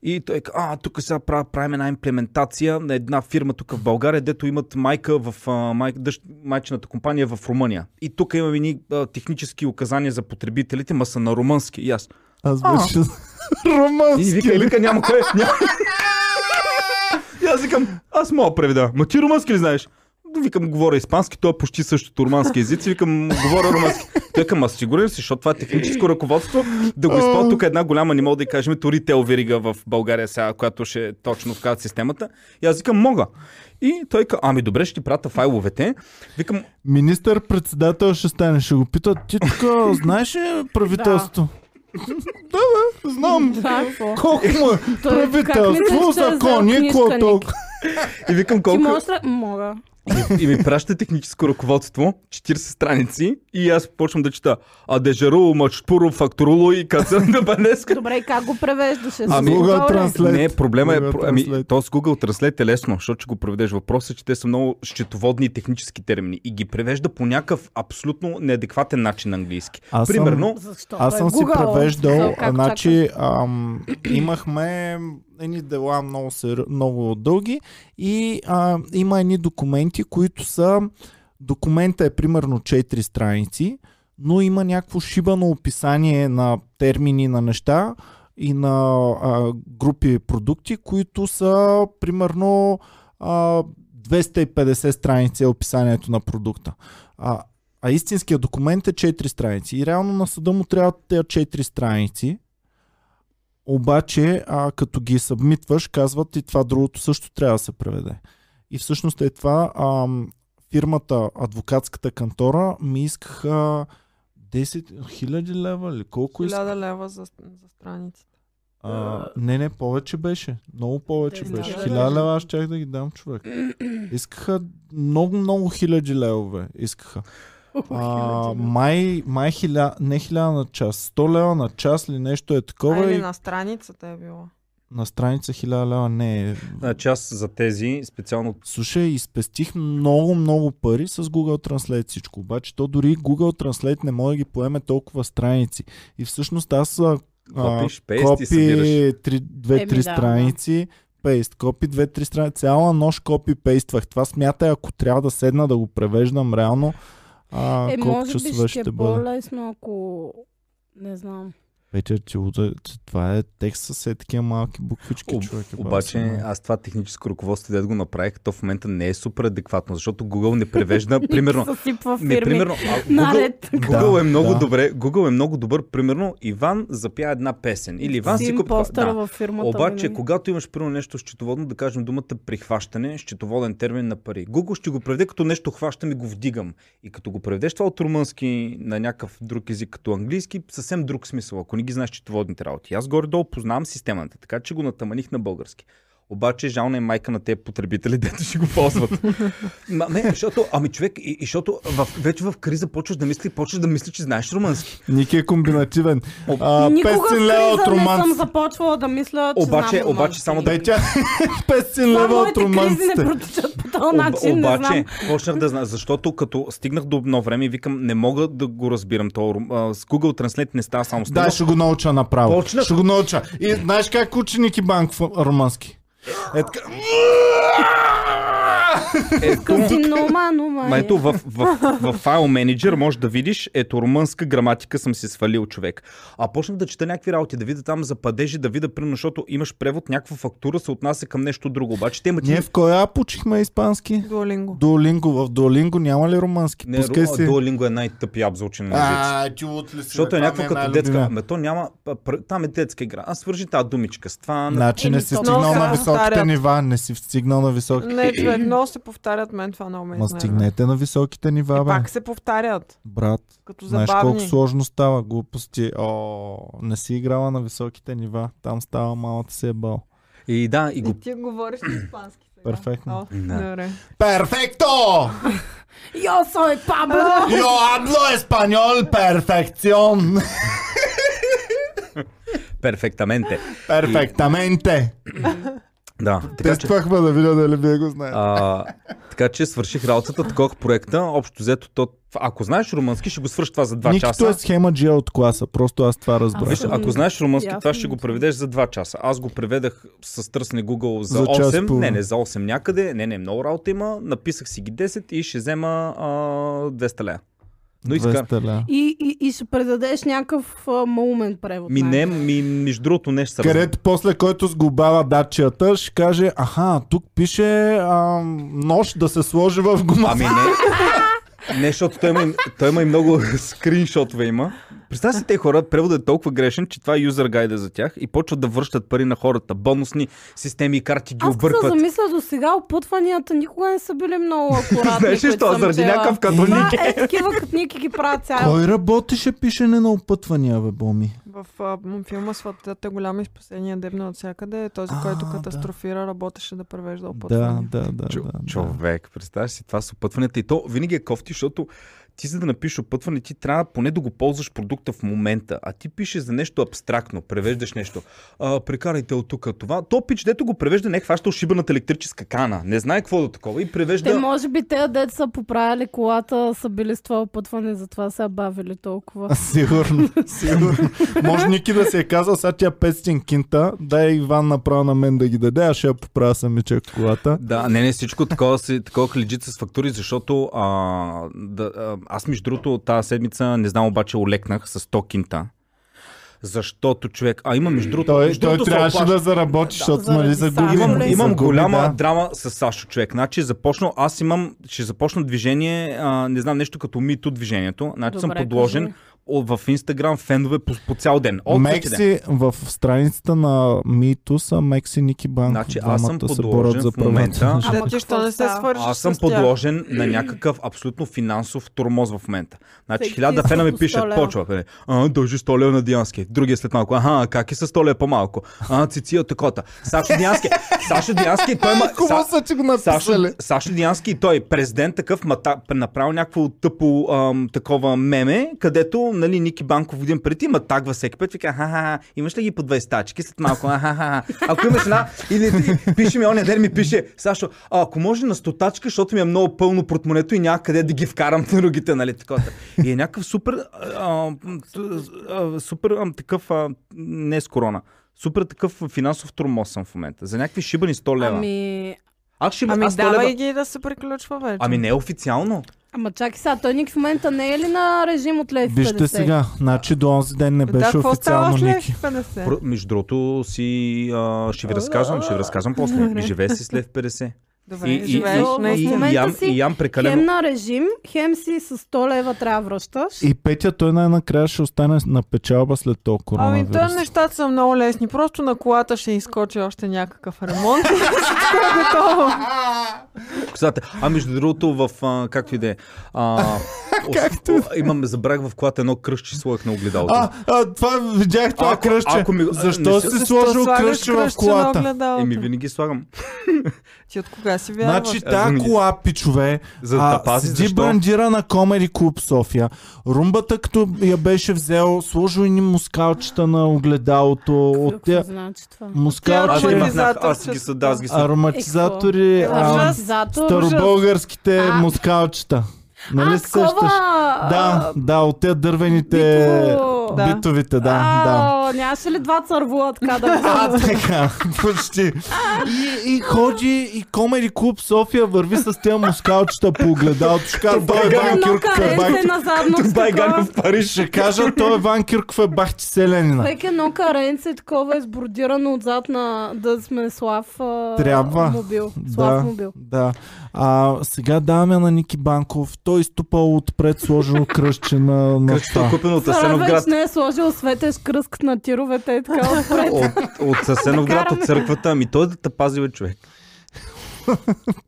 B: И той каза, а, тук сега правя, правим една имплементация на една фирма тук в България, дето имат майка в а, май, дъщ, майчината компания в Румъния. И тук имаме ни а, технически указания за потребителите, ма са на румънски. И аз.
A: Аз беше...
B: И
A: *laughs* Романски.
B: вика, и вика, няма кой. Няма... И аз викам, аз мога да преведа. Ма ти румънски ли знаеш? Викам, говоря испански, той е почти същото румански език, и викам, говоря румански. Той към, аз сигурен ли си, защото това е техническо ръководство, да го използва тук една голяма, не мога да й кажем, ритейл верига в България сега, която ще е точно вкарат системата. И аз викам, мога. И той казва, ами добре, ще ти пратя файловете. Викам,
A: Министър-председател ще стане, ще го питат, ти тук знаеш ли правителството? Да, бе, знам.
C: Да, какво?
A: Колко му е
C: Той как мислиш, че
A: правителство,
C: е взел
A: закони, какво
C: книжка,
A: толкова?
B: и викам
C: Ти
B: колко...
C: можеш ли? Мога.
B: И, и ми праща техническо ръководство, 40 страници, и аз почвам да чета. Адежару, Мачпуро, Фактуруло и Кацан на Банеска.
C: Добре, и как го превеждаш? Е,
B: Ами,
C: с
A: Google
C: Google ли?
A: Translate.
B: Не, проблема е.
A: Google
B: про- Ами,
A: Translate.
B: то с Google Translate е лесно, защото ще го преведеш. Въпросът е, че те са много счетоводни и технически термини и ги превежда по някакъв абсолютно неадекватен начин на английски.
A: Аз съм-
B: Примерно,
C: Защо?
A: Аз
C: Той
A: съм
C: е
A: си
C: Google.
A: превеждал,
C: Как
A: а,
C: чакаш?
A: значи ам, имахме едни дела много, сер... много дълги и а, има едни документи, които са... Документа е примерно 4 страници, но има някакво шибано описание на термини на неща и на а, групи продукти, които са примерно а, 250 страници е описанието на продукта. А, а истинския документ е 4 страници. И реално на съда му трябват тези 4 страници. Обаче, а, като ги събмитваш, казват и това другото също трябва да се преведе. И всъщност е това. А, фирмата, адвокатската кантора ми искаха 10 000 лева или колко искаха?
D: 1000 лева за, за страниците.
A: А, не, не, повече беше. Много повече
C: Хиляда
A: беше.
C: лева.
A: Хиляда лева аз щях да ги дам, човек. Искаха много, много хиляди левове. Искаха. А, май, май хиля, не хиляда на час. 100 лева на час ли нещо е
D: А,
A: такова
D: или
A: и
D: на страницата е било.
A: на страница хиляда лева не е.
B: значи аз за тези специално
A: Слушай, изпестих много, много пари с Google Translate всичко. Обаче то дори Google Translate не може да ги поеме толкова страници. И всъщност аз а, а,
B: копиш, пейст
A: копи
B: и събираш.
A: 2-3
C: Еми, да, да.
A: страници, пейст, копи 2-3 страници, цяла нощ копи пействах. Това смятай, ако трябва да седна да го превеждам реално, а,
C: Е,
A: колко
C: може би
A: часове ще,
C: ще е
A: бъде.
C: по-лесно, ако... Не знам.
A: Вече, че, луда- че това е текст с е такива малки буквички,
B: Об-
A: човек. е, баба си,
B: Обаче
A: ма.
B: аз това техническо ръководство, да го направих, то в момента не е супер адекватно, защото Google не превежда, *laughs* примерно,
C: Съсипва фирми.
B: Не, примерно, а,
C: *laughs*
B: Google,
C: Наред.
B: Google
A: Да,
B: е много
A: да.
B: добре. Google е много добър. Примерно, Иван запя една песен. Или Иван си купи.
C: импостъра
B: Да.
C: във фирмата. нали?
B: Обаче,
C: винаги.
B: когато имаш примерно нещо счетоводно, да кажем думата прихващане, счетоводен термин на пари. Google ще го преведе като нещо хващам и го вдигам. И като го преведеш това от румънски на някакъв друг език, като английски, съвсем друг смисъл, ако не ги знаеш счетоводните работи. Аз горе-долу познавам системата, така че го натаманих на български. Обаче жална е майка на те потребители, *laughs* дето ще го ползват. Ма, не, защото, ами човек, и, и защото в, вече в криза почваш да мисли, почваш да мисли, че знаеш румънски.
A: Ники е комбинативен. А,
C: Никога
A: 500 лева от
C: в криза не съм
A: романците.
C: започвала да мисля, че
B: Обаче-
C: знам
B: обаче
C: романци.
B: само да-
A: Дай тя *laughs* 500 лева
C: Това
A: от
C: моите кризи не
A: романците.
C: протичат по този начин, не
B: обаче,
C: знам.
B: почнах да знам, защото като стигнах до едно време и викам, не мога да го разбирам. То, а, с Google Translate не става само с него.
A: Да, ще го науча направо.
B: Почна-
A: Ще го науча. И знаеш как учи Ники Банк в румънски? Е така.
B: Ето,
C: Е, Ти е. нома, нома.
B: Ма ето в, в, в, файл менеджер може да видиш, ето румънска граматика съм си свалил човек. А почнах да чета някакви работи, да видя там за падежи, да видя, примерно, защото имаш превод, някаква фактура се отнася към нещо друго. Обаче те имат...
A: Ние в коя почихме испански?
D: Дуолинго.
A: Дуолинго. В Дуолинго няма ли румънски?
B: Не,
A: Пускай
B: Ру...
A: си.
B: Duolingo е най-тъпи ап за учене на езици.
A: А, ти отли си.
B: Защото е
A: бе, това
B: някаква
A: ми
B: като
A: най-любима.
B: детска. Ме то няма. па- пр- Там е детска игра. Аз свържи тази думичка с това. на-
A: Значи не
C: Еми,
A: си
C: то-
A: стигнал
D: Много
A: на
D: се
A: високите
D: повтарят.
A: нива. Не си стигнал на високите.
D: Не, човек, много се повтарят мен това много ме
A: Ма
D: изнервя.
A: стигнете на високите
D: И
A: нива, бе.
D: пак се повтарят,
A: Брат,
D: като
A: знаеш
D: забавни.
A: колко сложно става. Глупости. О, не си играла на високите нива. Там става малата си е бал.
B: И да, и го.
D: И ти говориш на испански сега.
A: Перфектно.
D: О,
B: Да.
D: Добре.
A: Перфекто!
C: Йо, сой Пабло!
A: Yo hablo español perfección.
B: Перфектаменте.
A: Перфектаменте.
B: Да. Така че,
A: Тествахме да видя дали вие го знаете.
B: а, така че свърших работата, такох проекта. Общо взето, то, ако знаеш румънски, ще го свърши това за 2
A: Никито е
B: часа.
A: схема G от класа, просто аз това разбрах.
B: Виж, ако знаеш румънски,
C: Ясно
B: това ще го
C: ми е.
B: преведеш за 2 часа. Аз го преведах с търсене Google за,
A: За час
B: 8.
A: половина.
B: не, не, за 8 някъде. Не, не, много работа има. Написах си ги 10 и ще взема а, 200 лея. Но изкар...
A: 200 ля.
C: И, и, и ще предадеш някакъв а, малумен превод.
B: Ми не,
C: най-вероятно.
B: ми, между другото нещо се
A: Където после който сгубава датчията, ще каже, аха, тук пише а, нож да се сложи в гума.
B: Ами не. Не, защото той има, и- той има и много скриншотове има. Представя си те хора, преводът е толкова грешен, че това е юзер гайда за тях и почват да връщат пари на хората. Бонусни системи и карти ги
C: Аз като се
B: объркват.
C: замисля до сега, опътванията никога не са били много акуратни.
B: Знаеш ли
C: които
B: що?
C: съм
B: Заради
C: чела.
B: някакъв
C: Това
B: католик.
C: е такива катники ги правят цяло.
A: Кой работеше пишене на опътвания, бе, Боми?
D: В а, м, филма Сватата голяма и спасение дебна от всякъде. е Този,
A: А,
D: който
A: да.
D: катастрофира, работеше да превежда
A: Да,
D: опътвания.
A: да, да.
B: Чо-
A: да, да.
B: човек, представяш си това с опътванията и то винаги е кофти, защото ти за да напишеш опътване, ти трябва поне да го ползваш продукта в момента, а ти пишеш за нещо абстрактно, превеждаш нещо. А, прекарайте от тук това. То пич, дето го превежда, не е хващал шибаната електрическа кана. Не знае какво да такова и превежда.
C: Те може би те деца са поправили колата, са били с това опътване, затова са я бавили
A: *laughs*
C: толкова.
A: Сигурно, сигурно. Може Ники да се е казал, сега тя 500 кинта, дай Иван направо на мен да ги даде, аз ще я поправя самичък колата.
B: Да, не, не, всичко такова, си, такова хлиджит с фактури, защото а, да, а, аз между другото тази седмица, не знам обаче, олекнах с 100 кинта. Защото човек... А, има между другото...
A: Той,
B: между
A: той
B: другото се
A: трябваше
B: оплаши.
A: да заработи, защото
C: заради
A: нали
C: Сашо.
A: загуби.
B: Имам,
A: загуби,
B: имам голяма
A: да.
B: драма с Сашо човек. Значи започна, аз имам, ще започна движение, а, не знам, нещо като мито движението. Значи съм
C: Добре,
B: подложен
C: кажи.
B: о, в Инстаграм фенове по, по цял ден. От всеки ден.
A: Мекси в страницата на Мито са Мекси Ники Банк.
B: Значи аз съм подложен в
A: правата. *laughs*
B: момента.
D: Да,
C: Ама
D: ти
C: какво
D: що не се
C: става?
D: свържеш
B: Аз съм
D: с тях?
B: подложен на някакъв абсолютно финансов турмоз в момента. Значи
C: Всеки
B: хиляда
C: иска
B: фена ми
C: по 100
B: пишат,
C: лева.
B: почва. нали, А, дължи 100 лева на Диански. Другия след малко. Аха, как е с 100 лева по-малко? А, Цици е от такота. Сашо Диански. Сашо Диански, той
A: *laughs*
B: има...
A: Хубаво
B: Са-
A: са ти го
B: Сашо,
A: написали.
B: Сашо Диански, той е президент такъв, мата, направил някакво тъпо ам, такова меме, където нали, Ники Банков един преди ма тагва всеки път, вика, ха-ха, имаш ли ги по 20 тачки след малко, ха-ха. Ако имаш една, или ти- пише ми, оня ден ми пише, Сашо, а, ако може на 100 тачка, защото ми е много пълно портмонето и някъде да ги вкарам на другите, нали, такова. И е някакъв супер, а, т- а, супер ам, такъв, а, не е с корона, супер такъв финансов турмоз съм в момента. За някакви шибани 100 лева.
C: Ами,
B: Аз ще
D: Ами
B: аз 100
D: давай
B: лева-
D: ги да се приключва вече.
B: Ами не е официално.
C: ама чакай сега, той ник в момента не е ли на режим от лев 50?
A: Вижте сега, значи до онзи ден не
D: Да,
A: беше
D: какво става
A: официално
D: с
A: Ники.
D: лев 50?
B: Про- Между другото си а, ще ви разказвам, ще ви разказвам после. Ми живее си след 50.
D: Добре,
B: И- и-
D: живееш
C: и-
B: И,
D: наистина.
C: момента
B: ям,
C: си
B: и ям
C: Хем
B: прекалено.
C: на режим, хем си с 100 лева трябва да връщаш.
A: И Петя, той най-накрая ще остане на печалба след то коронавирус.
D: Ами да, нещата са много лесни. Просто на колата ще изкочи още някакъв ремонт. *laughs* Всичко е готово.
B: Косата. А между другото в а, както и да е. а, ос- о, Имам забрах в колата едно кръстче слоях на огледалото.
A: А, а, това видях това
B: Ако-
A: кръще.
B: ако ми-
A: Защо
B: не
A: си
B: си-
A: сложил
D: Защо слагаш
A: кръще в
D: на
A: колата?
D: огледалото?
B: Еми винаги слагам.
D: Ти от кога си вярваш?
A: Значи
B: Аз
A: тази
B: винаги-
A: кола, пичове,
B: За да
A: а,
B: те пази,
A: седи
B: защо?
A: брандира на Комери Клуб София. Румбата, като я беше взел, сложил едни мускалчета на огледалото. От
C: Какво
A: тя...
C: значи това?
B: Аз ги
D: Ароматизатор.
A: Мускалче,
B: махнах, аз ги съд, аз ги съд.
A: ароматизатори,
C: Е,
A: а,
C: какво?
D: Ужас.
C: Ароматизатор.
A: старобългарските
C: А.
A: мускалчета. Нали
C: А,
A: се сещаш?
C: такова!
A: Да, да, от те дървените
C: Битово.
D: Да.
A: битовите, да, да.
C: А, Нямаше ли два цървула така да го
A: *laughs* А, така, *laughs* почти. И, и ходи и Комери Клуб София върви с тия мускалчета по огледалото. Ще кажа, той е Ван
C: Едно
A: Кирков е
C: каренце
A: бахти.
C: на задното
B: Бай
C: такова.
B: Ганев в Париж.
A: Ще кажа, той е Ван Кирков е бахти селянина.
C: Всеки едно каренце такова е сбордирано отзад на да сме Слав а,
A: Трябва.
C: мобил. Слав
A: Да,
C: мобил.
A: да. А, сега даваме на Ники Банков. Той изтупал отпред сложено кръстче на
B: Кръстчето е
A: нощта.
B: купено от
C: Саравеч
B: Асеновград.
C: не е сложил светеш кръск на тировете и така отпред.
B: От, от Асеновград, от
C: Караме.
B: църквата. Ами той да те пази бе, човек.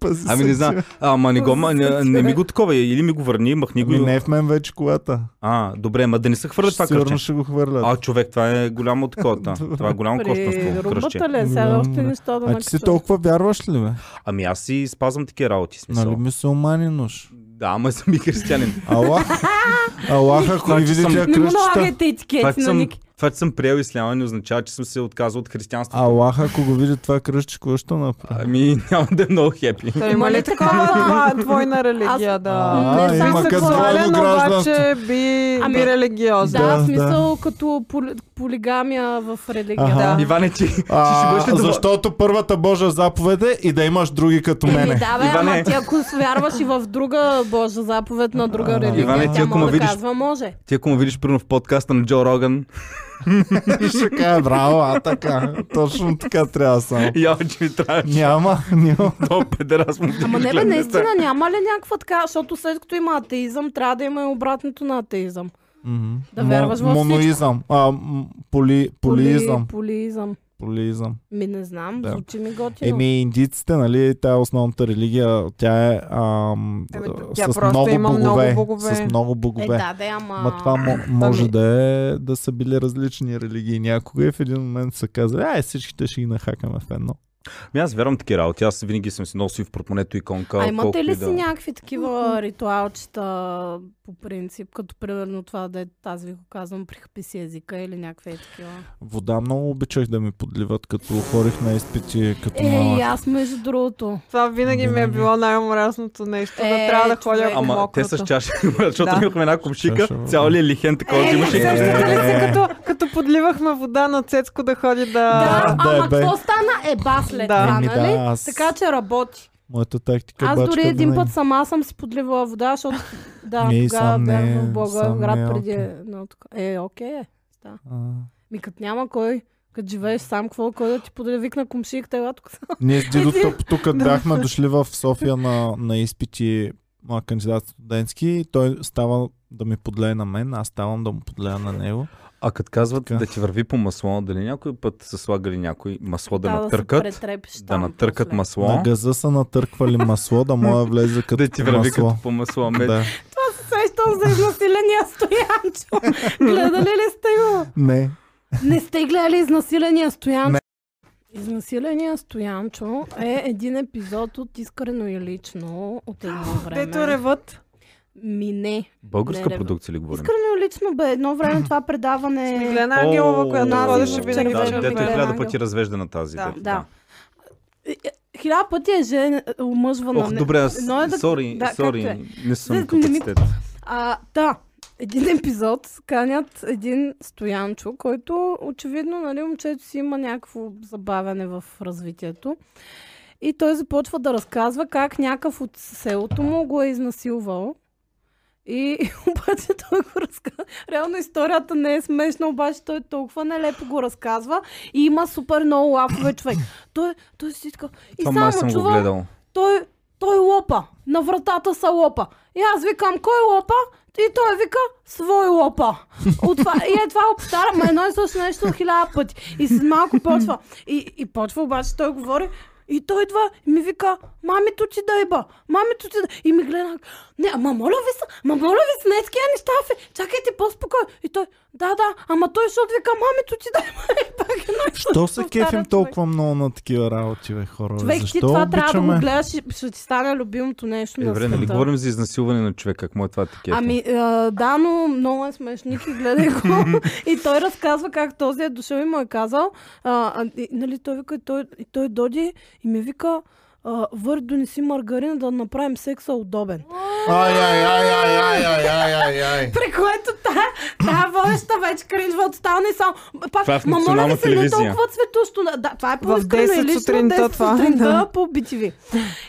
A: Пази
B: Ами
A: се,
B: не знам. Ама не, го, ма- не, не ми го такова. Или ми го върни, махни
A: че-
B: го.
A: Ами не е в мен вече колата.
B: А, добре, ма да не се хвърлят това
A: Сигурно
B: кръче.
A: ще го хвърлят.
B: А, човек, това е голямо от
C: *laughs*
B: кота. Това е голямо
C: При
B: костенство кръче.
C: румбата ли? Сега още
A: Добре.
C: неща да
A: А ти си
C: накачат.
A: толкова вярваш ли, бе?
B: Ами аз си спазвам такива работи, смисъл.
A: Нали мусулманинуш?
B: Да, ама
C: *laughs*
B: съм и християнин.
A: Алах, Алах, ако
B: Значи
A: ви видите
B: съм-
A: тия
C: Не му
B: Ами,
A: кръщчета,
C: налагайте етикети нали?
B: Факт
C: на
B: съм,
C: Ники.
B: Това, че съм приел исляма, не означава, че съм се отказал от християнството.
A: Аллах, ако го види това кръстче, какво ще направи?
B: Ами, няма да е много хепи.
D: Та има ли такава *laughs* това- твойна религия да...
C: А, не
A: има
C: само
A: като
D: Сексуален,
A: двойно гражданство.
D: обаче би,
C: Ами,
D: би религиозен.
C: Да,
A: да.
C: в смисъл като поли- полигамия в религия.
A: Аха.
C: Да.
B: Иване, ти, ти ще
A: А,
B: бъдеш ли доволен?
A: защото първата Божа заповед е и да имаш други като
C: Еми,
A: мене.
C: Ами, да, бе,
B: Иване.
C: ама ти ако вярваш и в друга Божа заповед на друга религия,
B: Иване, ти
C: тя
B: ако
C: може
B: ме
C: да
B: видиш-
C: казва, може.
B: Ти ако му видиш примерно в подкаста на Джо Роган, *laughs*
A: *laughs* Ще кажа, браво, а така. Точно така трябва само.
B: я че ми трябва
A: Няма, няма.
B: много педерас му.
C: Ама не бе, наистина няма ли някаква така, защото след като има атеизъм, трябва да има и обратното на атеизъм.
A: Мгм.
C: Да вярваш
A: Мо-
C: във всичко.
A: Моноизъм. А, м, поли, полиизъм.
C: Поли- Полиизъм.
A: Полиизъм.
C: Ми не знам,
A: Да.
C: звучи ми готино.
A: Еми, индийците, нали, тя е основната религия. Тя е ам,
D: Еми, тя
A: с
D: просто
A: много
D: има много
A: богове.
D: богове.
A: С много
C: е,
A: богове.
C: да, да, ама...
A: Ма това мо- може
D: Ами-
A: да е да са били различни религии някога и в един момент са казали, ай всичките ще ги нахакаме в едно.
B: Ами аз вярвам в такива работи. Аз винаги съм си носил в портмонето иконка.
C: А имате
B: колкото и
C: ли си
B: да...
C: някакви такива ритуалчета по принцип, като примерно това да е, аз ви го казвам, прихъпи си езика или някакви е такива?
A: Вода много обичах да ми подливат, като ходих на изпити, като
C: Е, и
A: малък.
C: аз между другото.
D: Това винаги ми е
A: Винаги.
D: било най-омразното нещо. да
C: Е,
D: трябва да ходя
C: човек.
D: в
B: Ама
D: мокрото.
B: те с чаши, *laughs* защото
D: Да.
B: имахме една кумшика,
A: Чаша, бе.
B: цял ли е лихен, такова
C: Е,
B: взимаше.
A: сещате
B: Е,
D: Сещате ли се
A: Е.
D: като, като подливахме вода на Цецко да ходи да...
C: Да,
A: да,
C: ама
A: бе.
C: какво стана? Еба след
D: Да.
C: това,
A: Еми, да,
C: нали?
A: аз-
C: Така че работи.
A: Моята тактика
C: Аз
A: бачка
C: дори един
A: винаги.
C: път сама съм си подливала вода, защото да,
A: Не, и
C: тогава
A: сам не е,
C: бях в
A: сам не е
C: Благоевград преди
A: окей.
C: едно така. Е, окей е. Да.
A: А,
C: Ми като няма кой, като живееш сам, какво кой да ти подливи викна кумшиката, ела тук съм.
A: Ние с
C: *laughs*
A: Дидо тук, тук бяхме дошли в София на, на изпити а, кандидат студентски и той става да ми подлее на мен, аз ставам да му подлея на него.
B: А като казват
A: Така.
B: да ти върви по масло, дали някой път са слагали някой масло да,
C: да, да, се
B: натъркат,
C: претрепиш
B: да
C: там
B: натъркат
C: после.
B: масло,
A: На газа са натърквали масло, да моя влезе като
B: *laughs* да ти върви
A: масло.
B: като по масло. ами. Ме-
A: Да.
C: Сещам за изнасиления Стоянчо. Гледали ли сте го?
A: Не,
C: Не сте гледали изнасиления Стоянчо?
A: Не.
C: Изнасиления Стоянчо е един епизод от Искрено и лично от едно време.
D: Дето ревът.
C: Мине.
B: Българска
C: Не, не,
B: продукция ли говорим?
C: Искрено и лично бе едно време това предаване.
D: Е. Миглена Ангелова,
B: О,
D: която
C: Нази
D: ходеше
C: му
D: винаги
C: червена
D: в
B: Да, дето е
C: Миглена
B: хиляда
C: Ангел.
B: пъти развеждана тази.
D: Да,
B: дето,
C: да. Хиляда пъти е жен омъжвана.
B: Ох, добре, аз...
C: Но е да-
B: Сори,
C: да, както
B: сори,
C: е.
B: не
C: Не,
B: съм
C: не
B: капацитет.
C: А, да, един епизод канят един Стоянчо, който очевидно нали, момчето си има някакво забавяне в развитието. И той започва да разказва как някакъв от селото му го е изнасилвал. И *laughs* обаче той го разказва. Реално историята не е смешна, обаче той толкова нелепо го разказва и има супер много лапове човек. Той, той си така. И
B: Това май съм
C: само
B: го
C: чувам
B: гледал.
C: той, той лопа. На вратата са лопа. И аз викам, кой лопа? И той вика, свой лопа. От това, и е това повтарям, ма едно и също нещо хиляда пъти. И с малко почва. И, и почва обаче, той говори, и той идва и ми вика, мамито ти да еба, мамито ти да... И ми гледа, не, ама моля ви се, ама моля ви се, не е такива неща, фе. чакайте по-спокойно. И той, да, да, ама той ще вика, мамито ти да еба. И пак едно и също
A: Що се
C: повтаря
A: кефим
C: човек.
A: толкова много на такива работи, бе, хора? бе?
C: Човек,
A: Защо
C: ти това
A: обичаме?
C: трябва да го гледаш и ще ти стане любимото нещо
B: Е,
C: на
B: добре, нали
C: света.
B: говорим за изнасилване на човека, какво е това такива?
C: Ами, а, да, но много е смешник и гледай
B: *laughs*
C: го. и той разказва как този е дошъл и му е казал. А, а, и, нали, той вика, и той, и той доди и ми вика, а, вър, донеси маргарина да направим секса удобен.
A: Ай, ай, ай, ай, ай, ай, ай, ай, ай.
C: *laughs* При което тая, тая водеща вече кринжва от стана и само... Пак,
B: Това е в
C: ма моля ви
B: национална
C: се, не
B: телевизия.
C: толкова цветущо. Да, това е по искрено
D: 10
C: и лично
D: сутринта
C: 10
D: това,
C: сутринта е,
D: да.
C: по BTV.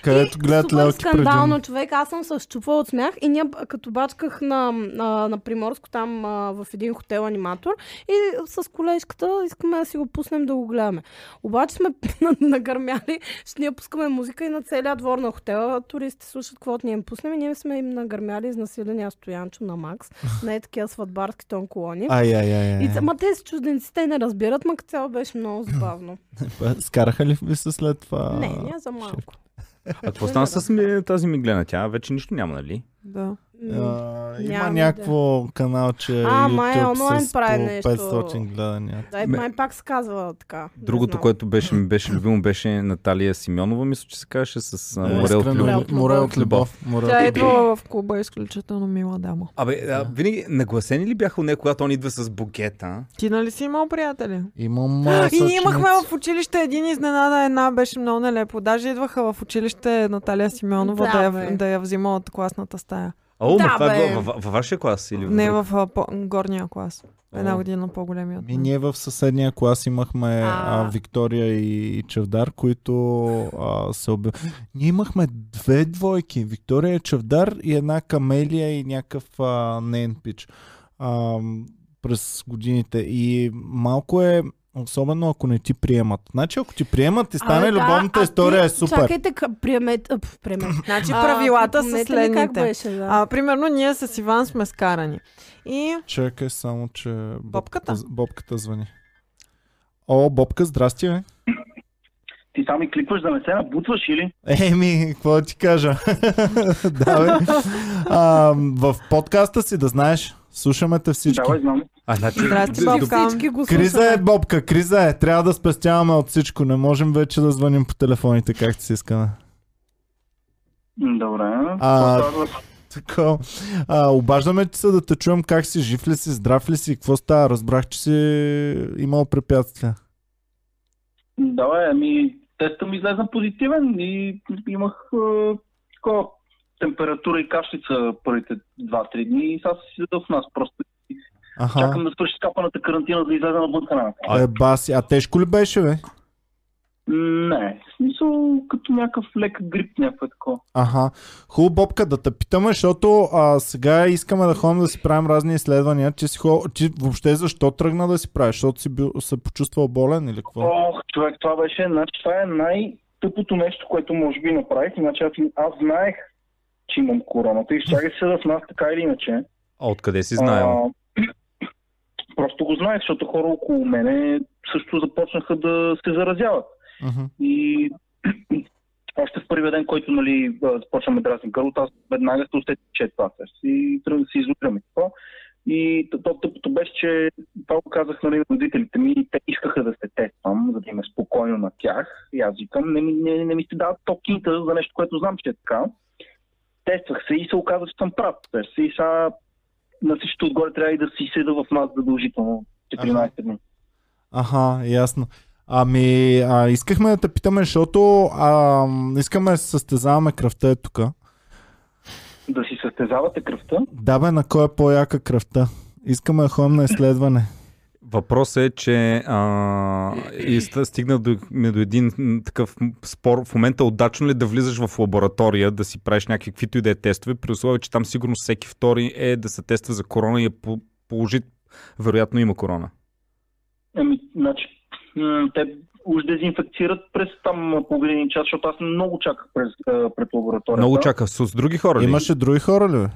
A: Където
C: И
A: гледат
C: супер
A: лелки преди.
C: скандално, човек. Аз съм се щупвала от смях и ние б- като бачках на, на, на Приморско там а, в един хотел аниматор и с колежката искаме да си го пуснем да го гледаме. Обаче сме *laughs* на- нагърмяли, че ние пускаме музика и на целия двор на хотела туристи слушат каквото ние им пуснем и ние сме им нагърмяли изнасиления Стоянчо
A: *laughs*
C: на Макс. Не е такива сватбарски тон колони.
A: Ай, ай, ай, ай.
C: И, ц- ма тези чужденци те не разбират, ма като цяло беше много забавно.
A: Ба, Е, Скараха ли ви се след това?
C: не, не за малко.
B: А какво стана с ми- тази миглена? Тя вече нищо няма, нали?
D: Да.
A: А, има
C: Нямам
A: някакво каналче
C: А, май
A: YouTube
C: онлайн
A: с
C: прави
A: по
C: нещо.
A: 500 гледания.
C: Дай,
B: Ме-
C: май пак се казва така. Не
B: Другото,
C: знам.
B: което
C: *laughs*
B: беше, ми беше любимо, беше Наталия Симеонова, мисля, че се казваше с а,
A: Е,
B: Морел от
A: искрено,
B: Любов.
C: любов.
A: Море от любов. Море
D: Тя
A: от
D: е
A: любов.
D: идвала в клуба, изключително мила дама.
B: Абе, а, винаги нагласени ли бяха от нея, когато он идва с букета?
D: Ти нали си имал приятели?
A: Имам
D: А,
A: а,
D: и ние имахме в училище един изненада, една беше много нелепо. Даже идваха в училище Наталия Симеонова
C: Да,
D: да, я,
C: бе.
D: да я взима от класната стая.
B: О,
C: Да,
B: ма това
C: бе.
B: е било във- във вашия клас или
D: Не
B: друг?
D: в а, по- горния клас. Една
B: О.
D: година по-големия.
A: И ние в съседния клас имахме а...
C: А.
A: А, Виктория и, и Чавдар, които а, се оби... Ние имахме две двойки. Виктория и Чавдар и една Камелия и някакъв а, нейн пич. А, през годините. И малко е Особено ако не ти приемат. Значи ако ти приемат и стане
C: Абе, да,
A: любовната
C: а
A: история
C: ти-
A: е супер.
C: Чакайте, къ- приемет... а, пф, *laughs* приемет.
D: Значи
C: А,
D: правилата са
C: припомнете ли Как
D: следните.
C: беше, да.
D: А, примерно ние с Иван сме скарани. И
A: Чакай само, че...
D: Бобката?
A: Бобката, бобката звъни. О, Бобка, здрасти, бе.
E: Ти сами кликваш да не се набутваш или?
A: Еми, какво да ти кажа? *laughs* да, бе. А, в подкаста си, да знаеш, слушаме те всички.
E: Давай, знам.
B: А, значи,
D: Здрасти,
B: д-
D: Боб.
B: д-
D: Кам.
C: всички го
A: Криза е,
C: слушаме.
A: Бобка, криза е. Трябва да спестяваме от всичко. Не можем вече да звъним по телефоните, както си искаме.
E: М, Добре.
A: А,
E: Какво казваш?
A: Така. А, обаждаме ти се да те чуем как си, жив ли си, здрав ли си, и какво става. Разбрах, че си имал препятствия.
E: Давай, ами теста ми излезе позитивен и имах е, такова, температура и кашлица първите 2-3 дни и сега си седа в нас. Просто
A: Аха.
E: чакам да свърши скапаната карантина да излезе на бънкана.
A: Е, баси. А тежко ли беше, бе?
E: Не, в смисъл като някакъв лек грип, някакво е такова.
A: Аха. Хубаво, Бобка, да те питаме, защото а, сега искаме да ходим да си правим разни изследвания. Ти, си хо... ти въобще защо тръгна да си правиш? Защото си бил, се почувствал болен или какво?
E: Ох, човек, това беше, значи това е най-тъпото нещо, което може би направих. Значи аз, аз знаех, че имам короната и щях да се седа в нас така или иначе.
B: А, откъде Е, си знаел?
E: А, *clears throat* Просто го знаех, защото хора около мене също започнаха да се заразяват.
A: Мгм.
E: И *clears throat* още в първия ден, който нали, а, започваме дразни гърлото, аз веднага се усетих, че е това всъщност. И трябва да се изолираме това. И т- то тъпото беше, че това го казах нали, на родителите ми и те искаха да се тествам, за да им е спокойно на тях. И аз викам, не ми, не, не ми сте дават токинта за нещо, което знам, че е така. Тествах се и се оказа, че съм прав. всъщност. И сега на всичкото отгоре трябва и да си седа в нас задължително 14 дни.
A: Аха, ясно. Ами, а, искахме да те питаме, защото а, искаме да се състезаваме кръвта е тук.
E: Да си състезавате кръвта.
A: Да бе, на кой е по-яка кръвта? Искаме да ходим на изследване.
B: Въпросът е, че а, и ста- стигна до, ме до един м, такъв м, спор. В момента удачно ли е да влизаш в лаборатория, да си правиш някакви каквито и да е тестове, при условие, че там сигурно всеки втори е да се тества за корона и е по- положи, вероятно има корона.
E: Ами, значи, м, те уж дезинфекцират през там половина един час, защото аз много чаках през, а, пред лабораторията.
B: Много чака. С с други хора ли?
A: Имаше други хора ли? бе?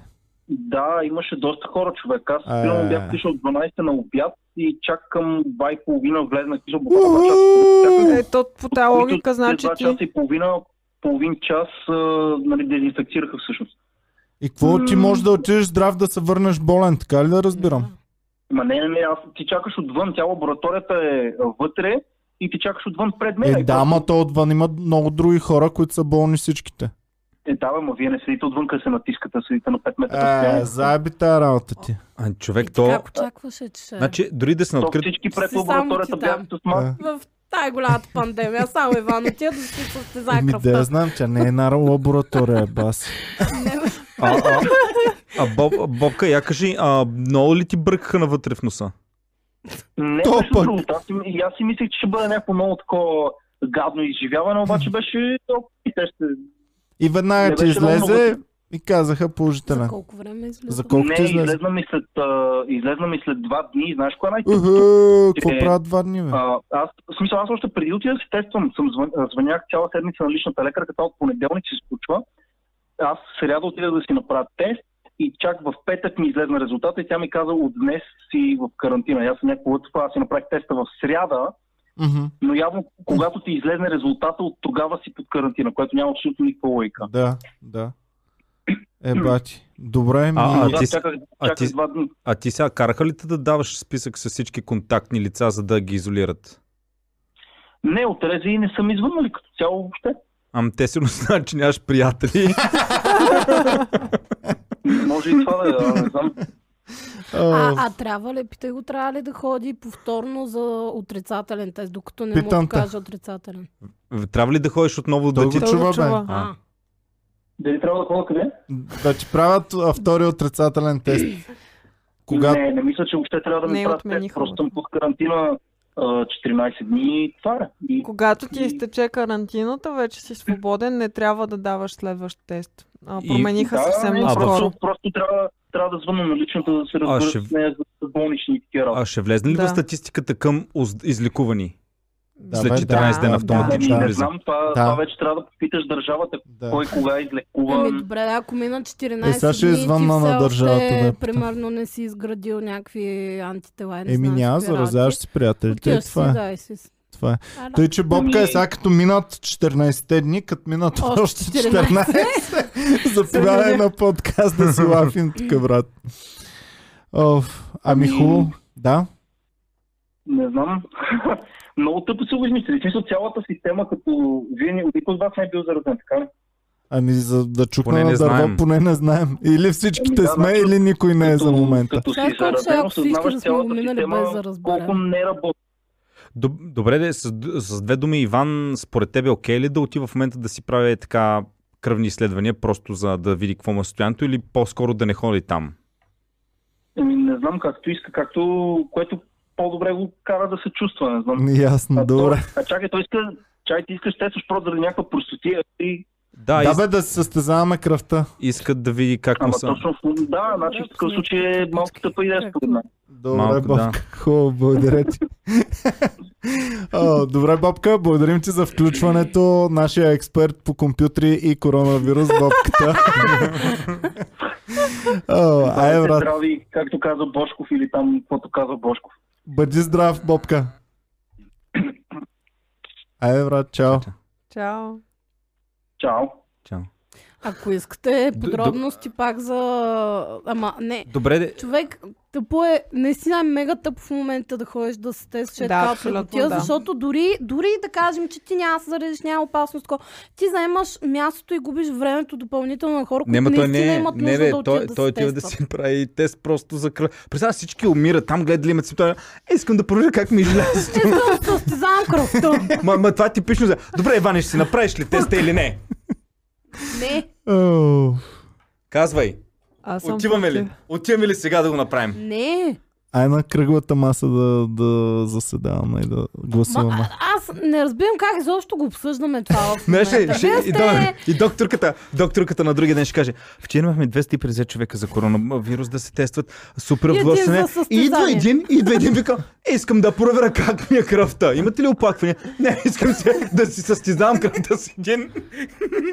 E: Да, имаше доста хора, човек. Аз
A: А.
E: а... бях отишъл от 12 на обяд и чак към 2 и половина влезнах и Значи,
A: Уху!
D: е, то по тази логика, значи ти...
E: часа и половина, половин час а, нали, дезинфекцираха всъщност.
A: И какво ти
E: М.
A: може да отидеш здрав да се върнеш болен, така ли да разбирам?
E: Ма не, не, не, аз ти чакаш отвън, тя лабораторията е а, вътре и ти чакаш отвън пред мен.
A: Е, да, ма то отвън има много други хора, които са болни всичките.
E: Е, да, бе, ма вие не седите отвън, къде се натискате, а седите на 5 метра.
A: Е,
E: разстояние.
A: заеби тая работа ти.
B: А,
C: И
B: човек,
C: така
B: то...
C: очакваше, че...
B: Значи, дори да си на
E: То
B: открит...
E: всички пред
C: Си само
E: лабораторията
C: ти
E: бяха с маски.
A: Да.
C: В тази голямата пандемия, само Иван отида да си състезае
A: Ми да Ами, я
C: кръвта.
A: знам, тя не е на лаборатория, бас.
B: А, а, а Боб, Бобка, я кажи, а, много ли ти бъркаха навътре в носа?
E: Не,
A: То
E: между
A: пък.
E: другото, аз, си- и аз си мислех, че ще бъде някакво много такова гадно изживяване, обаче беше ок, и те ще...
A: И веднага
E: Не
A: ти
E: беше
A: излезе
E: много-
A: и казаха
C: За
A: положителен.
C: колко време е излиза?
A: За колко
E: не,
A: ти излезе?
E: излезна ми, след, а, излезна ми след два дни, знаеш кое е най
A: Уху, какво
E: Е.
A: правят два дни, бе?
E: а, аз, в смисъл, аз още преди да отида да се тествам, съм звън, а, звънях цяла седмица на личната лекарка, това от понеделник се случва. Аз в сряда отида да си направя тест и чак в петък ми излезна резултата и тя ми каза от днес си в карантина. И Аз съм някакво лъцва, аз си направих теста в сряда,
A: Мгм.
E: но явно когато ти излезне резултата, от тогава си под карантина, което няма абсолютно никаква логика.
A: Да, да. Е, бати. Добре, ми... е.
B: А,
E: Да,
B: ти си-
E: чаках,
B: а ти
E: чаках
B: си-
E: два дни.
B: А ти сега караха ли те да даваш списък с всички контактни лица, за да ги изолират?
E: Не, от и не съм извъннали като цяло въобще.
B: Ам те сигурно *laughs* знаят, че нямаш приятели.
E: Може и това да е, а, не знам.
C: А,
A: а,
C: а трябва ли, питай го, трябва ли да ходи повторно за отрицателен тест, докато не
A: Питам
C: му
A: те.
C: покаже отрицателен?
B: Трябва ли да ходиш отново
A: Той
B: да ти...
A: го чува, бе.
B: А.
C: А.
E: Дали трябва да ходя къде?
A: Да ти правят а, втори отрицателен тест. Когато...
E: Не, не мисля, че въобще трябва да
D: Не
E: ми правят
D: отмениха
E: тест. Просто
D: го.
E: съм под карантина а, 14 дни и това е. И
D: Когато ти
E: И-
D: изтече карантината, вече си свободен, не трябва да даваш следващ тест. А,
B: И-
D: промениха
E: Да,
D: съвсем
E: не,
D: наскоро.
E: просто, просто трябва, трябва да звънна на личната да се разбера
B: ще-
E: с нея за болнични и такива
B: А
E: работи.
B: ще влезне ли
D: Да.
B: в статистиката към оз- излекувани?
A: Да,
B: След
A: бе,
B: 14
D: ден
A: да,
B: автоматично
E: Ами,
A: да,
E: не
B: влиза.
E: знам, това,
A: Да.
E: това вече трябва да попиташ държавата,
A: Да.
E: кой кога е
C: Ами
E: излекуван.
C: добре, ако мина 14
A: Е, сега ще
C: дни,
A: извънна
C: ти все
A: на държавата,
C: още,
A: да питам.
C: примерно не си изградил някакви антитела. и Не
A: Еми
C: знаеш
A: няма,
C: какви
A: заразяваш
C: работи.
A: си
B: нали,
A: приятелите.
C: Отиваш
A: и
C: си,
A: Това е.
C: да, и си.
A: Това е.
C: А, да.
A: Тъй, че Бобка е
E: Ами-
A: сега като минат 14-те дни, като минат
C: Още
A: още 14, заповядай на подкаст да си лафим тук, брат. Оф, ами
E: Ами-
A: хубаво, да.
E: Не знам. *laughs* Много тъпо се обезмислили. В Смисъл, цялата система, като вие ни- никой от вас не е бил заразен, така ли?
A: Ами за да чукне
B: Поне
A: на
B: не
A: дърво,
B: знаем.
A: поне не знаем. Или всичките
E: Ами да,
A: сме,
E: значи-
A: или никой не е за
E: Като-
A: момента.
E: Като
C: Чакай,
E: си
C: че
E: заразен,
C: ако всички
E: осъзнаваш
C: да сме
E: цялата
C: уминали без да
E: система,
C: разберем.
E: колко не работи.
B: Доб- Добре, де, с, д- с две думи, Иван, според тебе окей ли да отива в момента да си прави е така кръвни изследвания, просто за да види какво му е състоянието или по-скоро да не ходи там?
E: Ами, не знам, както иска, както, което по-добре го кара да се чувства, не знам.
A: Ясно,
E: А
A: добре.
E: то- А чакай, той иска, чай, ти искаш тестваш просто заради някаква простотия и
B: Да,
A: Да
B: из,
A: бе, да се състезаваме кръвта.
B: искат да види как му
E: Ама
B: са.
E: точно, в- да, значи в такъв случай е малко тъпа идея според мен.
A: Добре,
B: Малко, да.
A: Бобка. Хубаво, благодаря
B: *laughs*
A: ти. О, добре, Бобка, благодарим ти за включването. Нашия експерт по компютри и коронавирус,
B: *laughs*
A: Бобката. О, ай,
E: Бъдете
A: брат,
E: здрави, както каза Бошков или там, каквото каза Бошков.
A: бъди здрав, Бобка. Ай, брат, чао.
D: Чао.
E: Чао!
B: Чао.
C: Ако искате
B: Д-
C: подробности пак за... Ама не,
B: Добре, де,
C: човек, тъпо е, наистина е мега тъп в момента да ходиш да се тестваш е
D: Да,
C: така
D: абсолютно,
C: отлекотия,
D: да.
C: защото дори, дори да кажем, че ти няма да се заредиш, няма опасност, такова, ти заемаш мястото и губиш времето допълнително на хора,
B: Не,
C: които
B: ма той не
C: наистина
B: е.
C: имат
B: Не,
C: нужда
B: не,
C: да отидат
B: той,
C: да
B: той
C: се
B: отива да
C: тестват.
B: си прави тест просто за кръв. Представя, всички умират. Там гледат ли имат симптоми. Е, Искам да проверя как ми излезе.
C: *laughs* Искам да се състезавам кръвта.
B: ма, ма, това е типично за... Добре, Иване, ще си направиш ли теста или не?
C: Не,
A: О,
B: Казвай.
D: Аз съм
B: Отиваме
D: против.
B: ли? Отиваме ли сега да го направим?
C: не.
A: Ай на кръглата маса да, да заседаваме и да гласуваме.
C: Ма, а- аз не разбирам как изобщо го обсъждаме това в
B: Знаеш ли,
C: момента.
B: ще,
C: Вие
B: и,
C: сте...
B: до, и докторката, докторката на другия ден ще каже Вчера имахме 250 човека за коронавирус да се тестват, супер
C: И един
B: властене.
C: за състезание.
B: И идва един, и идва един, вика, «Е, искам да проверя как ми е кръвта. Имате ли опаквания? Не, искам се да си състезавам кръвта с един.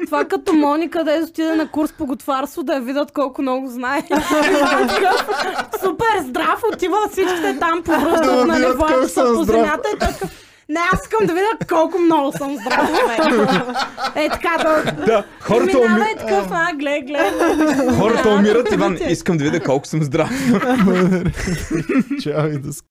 C: Това като Моника да е отиде на курс по готварство, да я видят колко много знае. И това такъв Супер здрав, отива всичките там
A: Да
C: повръщат на
A: видят
C: леглата
A: колко съм
C: по
A: здрав.
C: земята и той такъв, не, аз искам да видя колко много съм здрав. човек." Е така да...
B: Да, хората, уми...
C: Минава и такъв, а, гле, гле.
B: хората умират, Иван, искам да видя колко съм здрав.
A: Чао и до скоро.